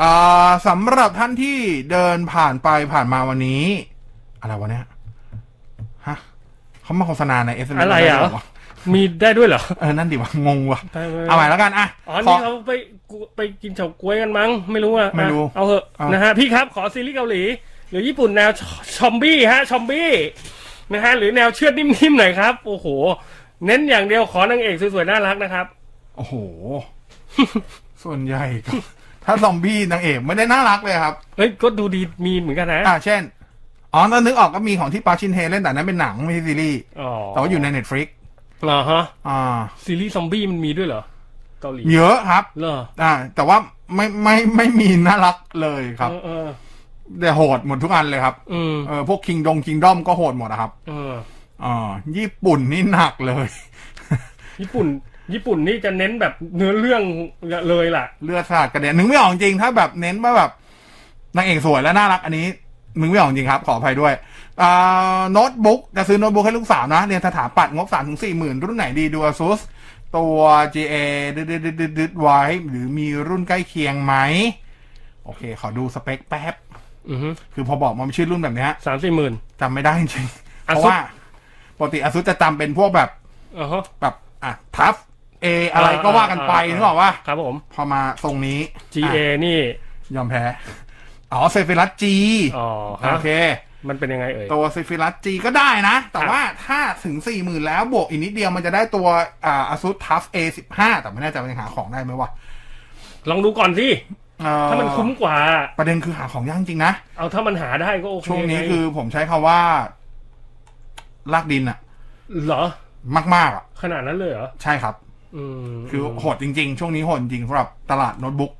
C: อ่าสำหรับท่านที่เดินผ่านไปผ่านมาวันนี้ อะไรวะเนี่ยฮะเขามาโฆษณาใน SMS
D: อะไรอ่ะ
C: ด้ด้วยว
D: มีได้ด้วยเหรอ
C: เออนั่นดิวะงงวะ
D: ได้ไหม
C: เอาใหม่แล้วกันอ่ะ
D: อ๋อ
C: ขอ
D: นี่เขาไปกูไปกินเฉาก๊วยกันมั้ง ไม่รู้อ่ะ
C: ไม่รู้
D: อ่ะเอาเหอะ
C: เอา
D: นะฮะพี่ครับขอซีรีส์เกาหลี หรือญี่ปุ่นแนวชชอมบี้ฮะชอมบี้นะฮะหรือแนวเชือดนิ่มๆหน่อยครับ โอ้โห เน้นอย่างเดียวขอนางเอกสวยๆน่ารักนะครับ
C: โอ้โห ส่วนใหญ่ก็ ถ้าซอมบี้นางเอกไม่ได้น่ารักเลยครับ
D: เฮ้ยก็ดูดีมีเหมือนกันนะ
C: อ่าเช่น อ๋อตอนนึกออกก็มีของที่ปาชินเฮเล่นแต่นั้นเป็นหนังไม่ใช่ซีรีส์
D: อ๋อ
C: แต่ว่าอยู่ในเน็ตฟลิก
D: เหรอฮะ
C: อ่า
D: ซีรีส์ซอมบี้มันมีด้วยเหรอ เกาหลี
C: เยอะครับ
D: เหรอ
C: อ่า แต่ว่าไม่ไม่ไม่มีน่ารักเลยครับ
D: เออเออ
C: แต่โหดหมดทุกอันเลยครับ
D: อืม
C: เออพวกคิงดงคิงด้อมก็โหดหมดนะครับ
D: เออ
C: อ่า ญี่ปุ่นนี่หนักเลย
D: ญี่ปุ่น ญี่ปุ่นนี่จะเน้นแบบเนื้อเรื่องเลยล่ะ
C: เลือดสาดกระเด็นนึกไม่ออกจริงถ้าแบบเน้นว่าแบบนางเอกสวยและน่ารักอันนี้นึกไม่ออกจริงครับ ขออภัยด้วยอ่าโน้ตบุ๊กจะซื้อโน้ตบุ๊กให้ลูกสาวนะ เรียนสถาปัตย์งบสามถึงสี่หมื่นรุ่นไหนดีดู ASUS ตัว GA ดึดดึดดึดดึดไว้ หรือมีรุ่นใกล้เคียงไหม โอเค ขอดูสเปคแป๊บ
D: อือฮึ
C: คือพอบอกมาชื่อรุ่นแบบเนี้ย
D: สามสี่หมื่น
C: จำไม่ได้จริงๆ เพราะ
D: ASUS
C: ว่าปกติ ASUS จะจำเป็นพวกแบบ
D: อ๋อฮะ
C: แบบอ่ะทัฟเออะไรก็ว่ากันไป
D: อ่าอ่า
C: นึกออกว่า
D: ครับผม
C: พอมาทรงนี้
D: GA นี่
C: ยอมแพ้ อ๋อเซฟิรัสจี
D: อ๋อฮะ
C: โอเค
D: มันเป็นยังไงเอ่ย
C: ตัวเซฟิรัสจีก็ได้นะ แต่
D: ครับ
C: ว่าถ้าถึงสี่หมื่นแล้วบวกอีกนิดเดียวมันจะได้ตัวอ่าอซูทัฟเอสิบห้าแต่ไม่แน่ใจว่ายังหาของได้ไหมวะ
D: ลองดูก่อนสิ
C: เอ่อ
D: ถ้ามันคุ้มกว่า
C: ประเด็นคือหาของยากจริงนะ
D: เอาถ้ามันหาได้ก็โอเค
C: ช่วงนี้
D: ไ
C: คือผมใช้คำาว่า ลากดินอะ
D: เหรอ
C: มาก ๆอะ
D: ขนาดนั้นเลยเหรอ
C: ใช่ครับ
D: อืม
C: คือโหดจริง ๆ ช่วงนี้โหดจริงสำหรับตลาดโน้ตบุ๊ก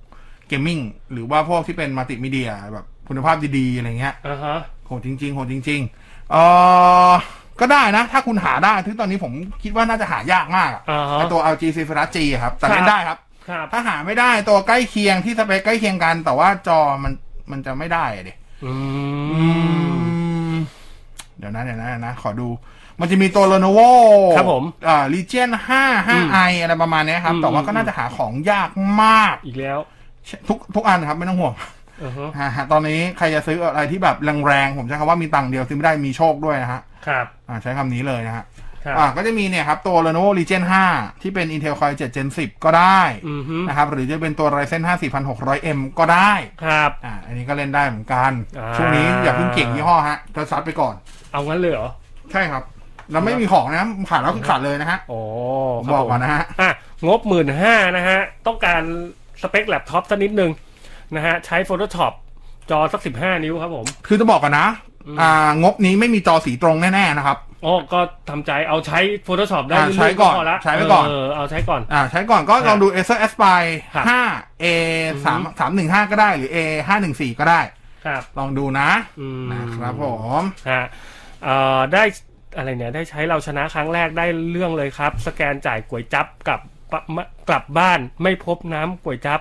C: เกมมิ่งหรือว่าพวกที่เป็นมัลติมีเดียแบบคุณภาพดีๆอะไรเงี้ย
D: อ่าฮะ
C: โหดจริงๆโหดจริงๆเออก็ได้นะ ถ้าคุณหาได้ถึงตอนนี้ผมคิดว่าน่าจะหายากมากอะ
D: อ่าฮะ
C: ไอ้ตัว LG c i f e r a G ครับ แต่เล่
D: ครั
C: น
D: บ
C: ได้ครับ
D: ครับ
C: ถ้าหาไม่ได้ตัวใกล้เคียงที่สเปคใกล้เคียงกัน แต่ว่าจอมันมันจะไม่ได้อะดิ
D: อืม
C: เดี๋ยวนะเดี๋ยวนะเดี๋ยวนะ ขอดู มันจะมีตัว Lenovo
D: ครับผม
C: อ่า Legion 5 5i อะไรประมาณเนี้ยครับ
D: อืม
C: แต่ว่าก็น่าจะหาของยากมาก
D: อีกแล้ว
C: ทุกทุกอันครับไม่ต้องห่วง
D: อือฮะ
C: ฮะฮะตอนนี้ใครจะซื้ออะไรที่แบบแรงๆผมใช้คำว่ามีตังค์เดียวซื้อไม่ได้มีโชคด้วยนะฮะ
D: ครับ
C: อ่าใช้คำนี้เลยนะฮะ
D: ครับ
C: อ่าก็จะมีเนี่ยครับ ตัว Lenovo Legion 5 ที่เป็น Intel Core i 7 Gen 10 ก็ได้
D: อือฮึ
C: นะครับ หรือจะเป็นตัว Ryzen 5 4600M ก็ได้
D: ครับ
C: อ่าอันนี้ก็เล่นได้เหมือนกัน
D: อ่า
C: ช่วงนี้อย่าเพิ่งเก่งยี่ห้อฮะจะซัดไปก่อน
D: เอางั้นเลยเหรอ
C: ใช่ครับ แล้วไม่มีของนะขาดแล้วคือขาดเลยนะฮะ
D: โอ้
C: ผม
D: ครับ
C: บอก
D: ผม
C: ก่อนนะฮะ
D: อ่ะงบหมื่นห้านะฮะ ต้องการสเปคแล็ปท็อปสักนิดนึงนะฮะ ใช้ Photoshop จอสักสิบห้านิ้วครับผม
C: คือจะบอกก่อนนะ อ่างบนี้ไม่มีจอสีตรงแน่ๆนะครับ
D: อ๋อ ก็ทำใจเอาใช้ Photoshop ได้
C: อ่ะ
D: เรื่ยๆ
C: ใช้ก่อน
D: พละ
C: ใช้ไว้ก่อน
D: เออ เอาใช้ก่อน
C: อ่าใช้ก่อนก็ลองดู Acer Aspire
D: ครับ
C: 5 A 3 3 1 5 ก็ได้หรือ A 5 1 4 ก็ได้
D: ครับ
C: ลองดูนะ
D: อืม
C: นะครับผม
D: ฮะเอ่อได้อะไรเนี่ย ได้ใช้เราชนะครั้งแรกได้เรื่องเลยครับ สแกนจ่ายก๋วยจับกลับปะมะกลับบ้านไม่พบน้ำก๋วยจับ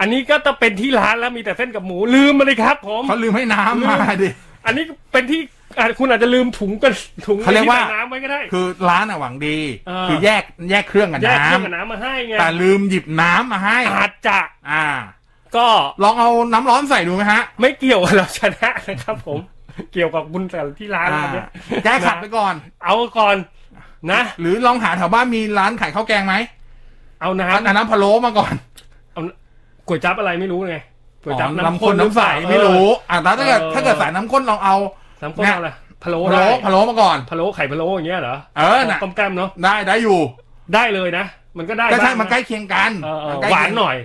D: อันนี้ก็จะเป็นที่ร้านแล้วมีแต่เส้นกับหมูลืมมาเลยครับผม
C: เขาลืมให้น้ำมาดิ
D: อันนี้เป็นที่อ่ะคุณอาจจะลืมถุงกันถุง
C: เขาเรียกว่า
D: ที่ใส่น้ำไว้ก็ได้
C: คือร้านอะหวังดี
D: เออ
C: คือแยกแยกเครื่องกับ
D: แยก
C: น้
D: เครื่องกับน้ำมาให้ไง
C: ำแต่ลืมหยิบน้ำมาให้
D: อาจจะ
C: อ่า
D: ก็
C: ลองเอาน้ำร้อนใส่ดูไหมฮะ
D: ไม่เกี่ยวกับเราชนะนะครับผม เกี่ยวกับบุญแต่ที่ร้าน
C: อ่า
D: อันเนี่ย
C: แก้ขัดไปก่อน
D: เอาก่อนนะ
C: หรือลองหาแถวบ้านมีร้านขายข้าวแกงไหม
D: เอาน้ำ
C: ร้านน้ำพะโล้มาก่อน
D: เอาก๋วยจั๊บอะไรไม่รู้ไงก๋วยจั๊บ
C: อ๋อ
D: น้ำข้น
C: น้ำใส
D: หอเปล่า
C: ไม่รู้
D: เอ
C: อ่าถ้าเกิด
D: เออ
C: ถ้าเกิดสายน้ำข้นลองเอา
D: อน้ำข้นเอาอะไรพะโล้
C: พะโล้
D: ได้
C: พะโล้มาก่อน
D: พะโล้ไข่พะโล้อย่างเงี้ยเหรอ
C: เออน่ะ
D: ต้มแกล้มๆเนาะ
C: ได้ได้อยู่
D: ได้เลยนะ มันก็ได้
C: ก็ใช่
D: บ้างะ
C: มันใกล้เคียงกัน
D: เออเออ
C: มัใกล้เคว
D: หาน
C: ง
D: หน่อย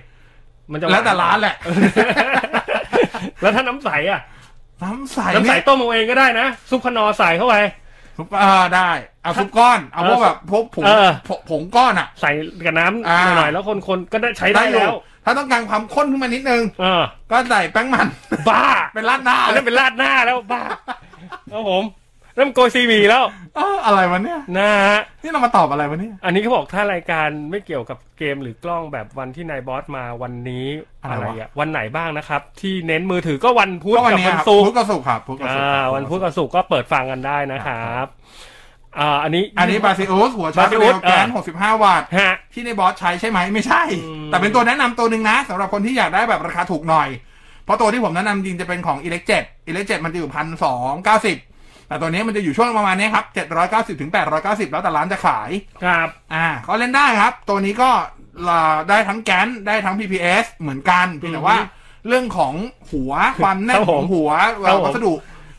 D: มันจะหน
C: แล้วแต่ร้านแหละ
D: แล้วถ้าน้ำใสอ่ะ
C: น้ำใส
D: น้ำใส
C: เนี่ย
D: ต้มเอาเองก็ได้นะ ซุปขนอใส่เข้าไป
C: ซุปเปอร์อ่าได้เอาซุปก้อนเอาพวกแบบพวกผง
D: เออ
C: ผผงก้อนอ่ะ
D: ใส่กับน้ำ
C: อ่า
D: หน่อยๆแล้วคนคนๆก็ได้ใช้ได้
C: อยู่
D: แล้ว
C: ถ้าต้องการความข้นขึ้นมานิดนึง
D: เออ
C: ก็ใส่แป้งมัน
D: บ้า
C: เป็นราดหน้า
D: อัน
C: เล
D: นั้
C: ย
D: นเป็นราดหน้าแล้วบ้าครับผมเริ่มโกยซีหมีแล้ว
C: เอออะไรวะเนี่ย
D: นะฮะ
C: นี่เรามาตอบอะไรวะเนี่ย
D: อันนี้เขาบอกถ้ารายการไม่เกี่ยวกับเกมหรือกล้องแบบวันที่นายบอสมาวันนี้
C: อะ
D: อะไร
C: วะ
D: ไรอะวันไหนบ้างนะครับ ที่เน้นมือถือก็วันพุธ
C: ก็วัน
D: กับ
C: นี้
D: วัน
C: ครับ
D: ศุก
C: พุธ
D: ร์
C: กับศุกร์ครับพุธกับศุก
D: อ่า
C: ร์ครับ
D: วันพุธกับศุกร์ก็เปิดฟังกันได้นะครับอ่าอันนี้
C: อันนี้บาซิโอสหัวชาร์จเร็
D: Baseus
C: วแกน
D: เอ
C: 65 วัตต์
D: ฮะ
C: ที่ในบอสใช้ใช่ไหมไม่ใช่
D: อืม
C: แต่เป็นตัวแนะนำตัวหนึ่งนะสำหรับคนที่อยากได้แบบราคาถูกหน่อย เพราะตัวที่ผมแนะนำจริงจะเป็นของอิเล็กเจ็ดอิเล็กเจ็ดมันจะอยู่พันสองเก้าสิบแต่ตัวนี้มันจะอยู่ช่วงประมาณนี้ครับเจ็ดร้อยเก้าสิบถึงแปดร้อยเก้าสิบแล้วแต่ร้านจะขาย
D: ครับ
C: อ่าก็เล่นได้ครับ ตัวนี้ก็อ่าได้ทั้งแกนได้ทั้ง PPS เหมือนกันเพียงแต่ว่า เรื่องของหั วความแน่นของหัววัสดุ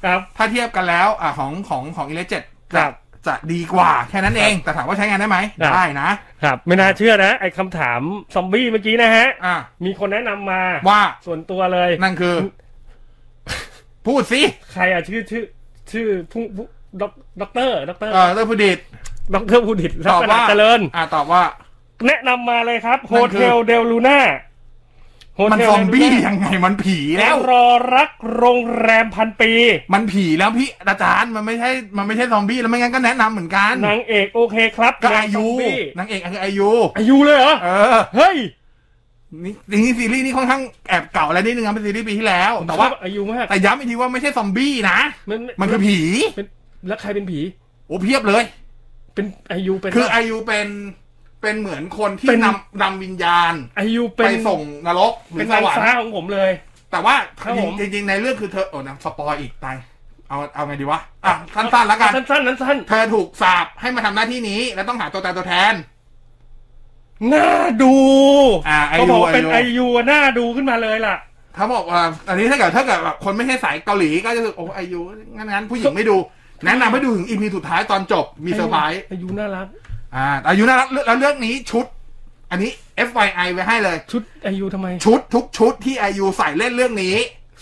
D: ครับ
C: ถ้าเทียบกันแล้วอ่ะของของของอิเลเจ็ด
D: ครั
C: จะ
D: บ
C: จะดีกว่าแค่นั้นเอง แต่ถามว่าใช้งานได้ไหม
D: ครับ
C: ได้นะ
D: ครับ ไม่น่าเชื่อนะ ไอ้คำถามซอมบี้เมื่อกี้นะฮะ
C: อ่ะ
D: มีคนแนะนำมา
C: ว่า
D: ส่วนตัวเลย
C: นั่นคือ พูดสิ
D: ใครอะชื่อชื่อชื่อพุ่งพุ่งด็อกด็อกเตอร์ด็อกเตอร์
C: เออเรื่องผู้ดิต
D: ด็อกเตอร์พูดิต
C: ตอบว่า
D: เจริญ
C: อ่ะตอบว่า
D: แนะนำมาเลยครับ
C: นั่
D: โฮ
C: นคือ
D: เทลเดลลูน่า
C: มันซอมบี้ยังไงมันผี
D: แล้
C: แล้วว
D: รอรักโรงแรมพันปี
C: มันผีแล้วพี่อาจารย์มันไม่ใช่มันไม่ใช่ซอมบี้แล้วไม่งั้นก็แนะนำเหมือนกัน
D: นางเอกโอเคครับ
C: ก็
D: แนว
C: อายุ
D: ซมบี้
C: นางเอกคืออายุ
D: อายุเลยเหรอ
C: เออ
D: เฮ้ย
C: นี่จริงๆซีรีส์นี่ค่อนข้างแอบเก่าแล้วนิดนึงครับเป็นซีรีส์ปีที่แล้ว แต่ว่า
D: อายุมาก
C: แต่ย้ำอีกทีว่าไม่ใช่ซอมบี้นะ
D: มัน
C: มันคือผี
D: เป็นแล้วใครเป็นผี
C: โอ้เพียบเลย
D: เป็นอายุเป็น
C: คืออายุเป็นเป็นเหมือนคนที่
D: เป็น
C: นำนำวิญญาณ
D: อายุเป็
C: ไป
D: น
C: ส่งนรกหรื
D: เป็
C: อน ส
D: นาง
C: วรร
D: ฟ้า
C: ค์
D: ของผมเลย
C: แต่ว่า
D: ครับผม
C: จริงๆจริงๆในเรื่องคือเธอโอ้นะสปอยอีกตายเอาเอาไงดีวะอ่ะสั้นๆแล้วกัน
D: สั้นๆนั้นสั้น
C: เธอถูกสาปให้มาทำหน้าที่นี้ แล้วต้องหาตัวตายตัวแทน
D: ๆน่าดู
C: อ่าอายุ
D: เขาบอกว่าเป็น
C: อา
D: อา
C: ยุ
D: ยุน่าดูขึ้นมาเลยล่ะ
C: ถ้าบอกว่าอันนี้ถ้าเกิดถ้าเกิดแบบคนไม่ใช่สายเกาหลีก็จะรู้สึกโอ้อายุงั้นงั้นผู้หญิงไม่ดู แนะนำให้ดูถึงอีพีสุดท้ายตอนจบมีเซอร์ไพรส์
D: อายุน่ารัก
C: อ่าอายุน่ารักแล้วเรื่องนี้ชุด อันนี้ FYI ไว้ให้เลย
D: ชุดอายุทำไม
C: ชุดทุกชุดที่อายุใส่เล่นเรื่องนี้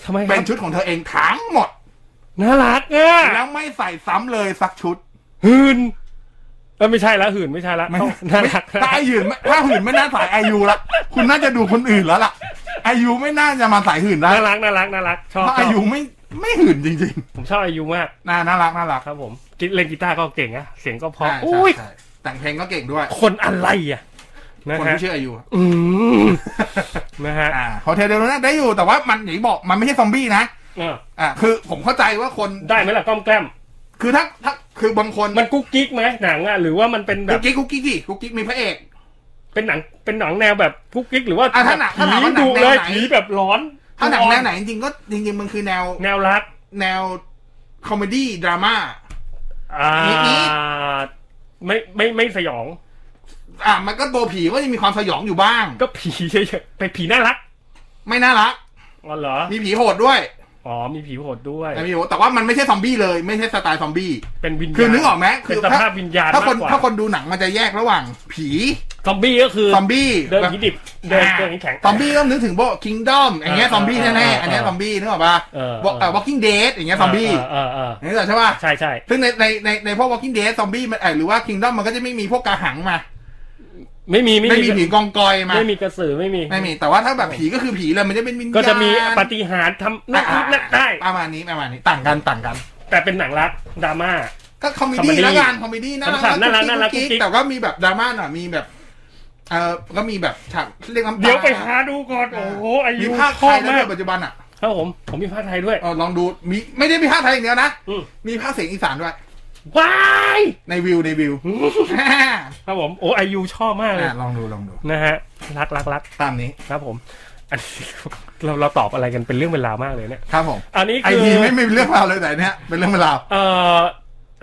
D: ทำไมค
C: เป็
D: รั
C: น
D: บ
C: ชุดของเธอเองทั้งหมด
D: น่ารักอ่ะ
C: แล้วไม่ใส่ซ้ำเลยสักชุด
D: หื่นเอ้ยไม่ใช่ละหื่นไม่ใช่ละต้องน่ารักนะ
C: ถ้าอายุไม่ถ้าหื่นไม่น่าสายอายุละคุณน่าจะดูคนอื่นแล้วล่ะ อายุไม่น่าจะมาสายหื่นได้
D: น่ารักน่ารักน่ารักชอบ
C: เพราะ
D: ช
C: อา
D: อบ
C: ยุไม่ไม่หื่นจริง
D: ผมชอบอายุมาก
C: ๆน่าน่ารักน่ารัก
D: ครับผมกิเล่นกีตาร์ก็เก่งนะเสียงก็เพอ
C: ใช่ใช่
D: อุ้ย
C: ใช่แต่งเพลงก็เก่งด้วย
D: คนอะไรอ่ะนะ
C: คน
D: ฮะ
C: ที่ชื่ออายุ
D: อืมนะฮะ
C: อ่าโฮเทลเดลน่าได้อยู่แต่ว่ามันอย่างที่บอกมันไม่ใช่ซอมบี้นะ
D: เออ
C: อ่าคือผมเข้าใจว่าคน
D: ได้ไหมล่ะกล้อมแกล้ม
C: คือถ้าถ้าคือบางคน
D: มันกุ๊กกิ๊กไหมหนังอ่ะหรือว่ามันเป็นแบ
C: กุ๊
D: บ
C: กกิ๊กกุ๊กกิ๊กสิกุ๊กกิ๊กมีพระเอก
D: เป็นหนังเป็นหนังแนวแบบกุ๊กกิ๊กหรือว่า
C: อ่ะถ้าหนังถ้าหนัง
D: ผี
C: ว่าหนัง
D: ดุ
C: แนว
D: เลย
C: ไหน
D: ผีแบบร้อน
C: ถ้าหนังแนวไหนจริงๆก็จริงๆมันคือแนว
D: แนวรัก
C: แนวคอมเมดี้ดราม่า
D: อ่า
C: ผีผี
D: ไม่ไม่ไม่สยอง
C: อ่ะมันก็ตัวผีก็จะมีความสยองอยู่บ้าง
D: ก็ผีเฉยๆไปผีน่ารัก
C: ไม่น่ารัก
D: อ๋อเหรอ
C: มีผีโหดด้วย
D: อ๋อ มีผีโหดด้วย
C: แต่มีโหดแต่ว่ามันไม่ใช่ซอมบี้เลยไม่ใช่สไตล์ซอมบี้
D: เป็นวิญญาณ
C: คือนึกออกไหมคื
D: เป็น
C: อ
D: ส
C: ถ้า
D: ภาพวิญญาณ
C: ถ้าคน
D: มกกว่
C: ถ้าคนดูหนังมันจะแยกระหว่าง ผี
D: ซอมบี้ก็คือ
C: ซอมบี้
D: เดิน
C: แบบ
D: ผีดิบ เดินเดินแข็ง
C: ซอมบี้ต้องนึกถึงพวกคิงดอมอย่างเงี้ย
D: เออ
C: ซอมบี้แน่
D: เอ
C: ๆ
D: อเออ
C: อันเนี้ยซอมบี้นึกออกปะ
D: เออเออ
C: วอล์กวอล์กิ้งเดดอย่างเงี้ยซอมบี้
D: เออเออเออ
C: นี่ใช่ปะ
D: ใช่ใช่
C: ซึ่งในในในในพวก Walking Dead ซอมบี้มันเอ่อหรือว่า Kingdom มันก็จะไม่มีพวกกระหังมา
D: ไม่มี
C: ไม่มีผีกองกอยมา
D: ไม่มีกระสือไม่มี
C: ไม่มี แต่ว่าถ้าแบบผีก็คือผีเลยมันจะเป็นวิญญาณ
D: ก็จะมีปาฏิหารย์ทำนั่น
C: อ่า
D: นั่นได้
C: ประมาณนี้ประมาณนี้ต่างกันต่างกัน
D: แต่เป็นหนังรักดราม่า
C: ก็คอมเม
D: คอมเม
C: ดี้
D: ดี้
C: ละกันคอมเมดี้น่ารัก
D: ขำๆน่ารักน่ารัก
C: กุ๊ก
D: กุ๊กกิ๊
C: กิ๊ก
D: ก
C: แต่ก็มีแบบดราม่าหน่อยมีแบบ เออก็มีแบบฉากเรียกน้ำตา
D: เดี๋ยวไปหาดูก่อน โอ้โหอา
C: มี
D: ยุ
C: ภาคไท
D: พ่อย
C: แล้ว
D: มา
C: ด้
D: ก
C: วยปัจจุบันอ่ะ
D: ครับผม ผมมีภาคไทยด้วย
C: เออลองดูมีไม่ได้มีภาคไทยอย่างเดียวนะ
D: อืม
C: มีภาคเสียงอีสานด้วย
D: ว้าย
C: ในวิวในวิว
D: ครับผมโอ้อายุชอบมากเลย
C: อ่ะลองดูลองดู
D: นะฮะรักรักรัก
C: ตามนี้
D: ครับผมอันนี้เราเราตอบอะไรกันเป็นเรื่องเป็นราวมากเลยเนี่ย
C: ครับผม
D: อันนี้
C: ไอ
D: คือ
C: ทีไม่ไม่เป็นเรื่องราวเลยแต่อันเนี้ยเป็นเรื่องราว
D: เอ่อ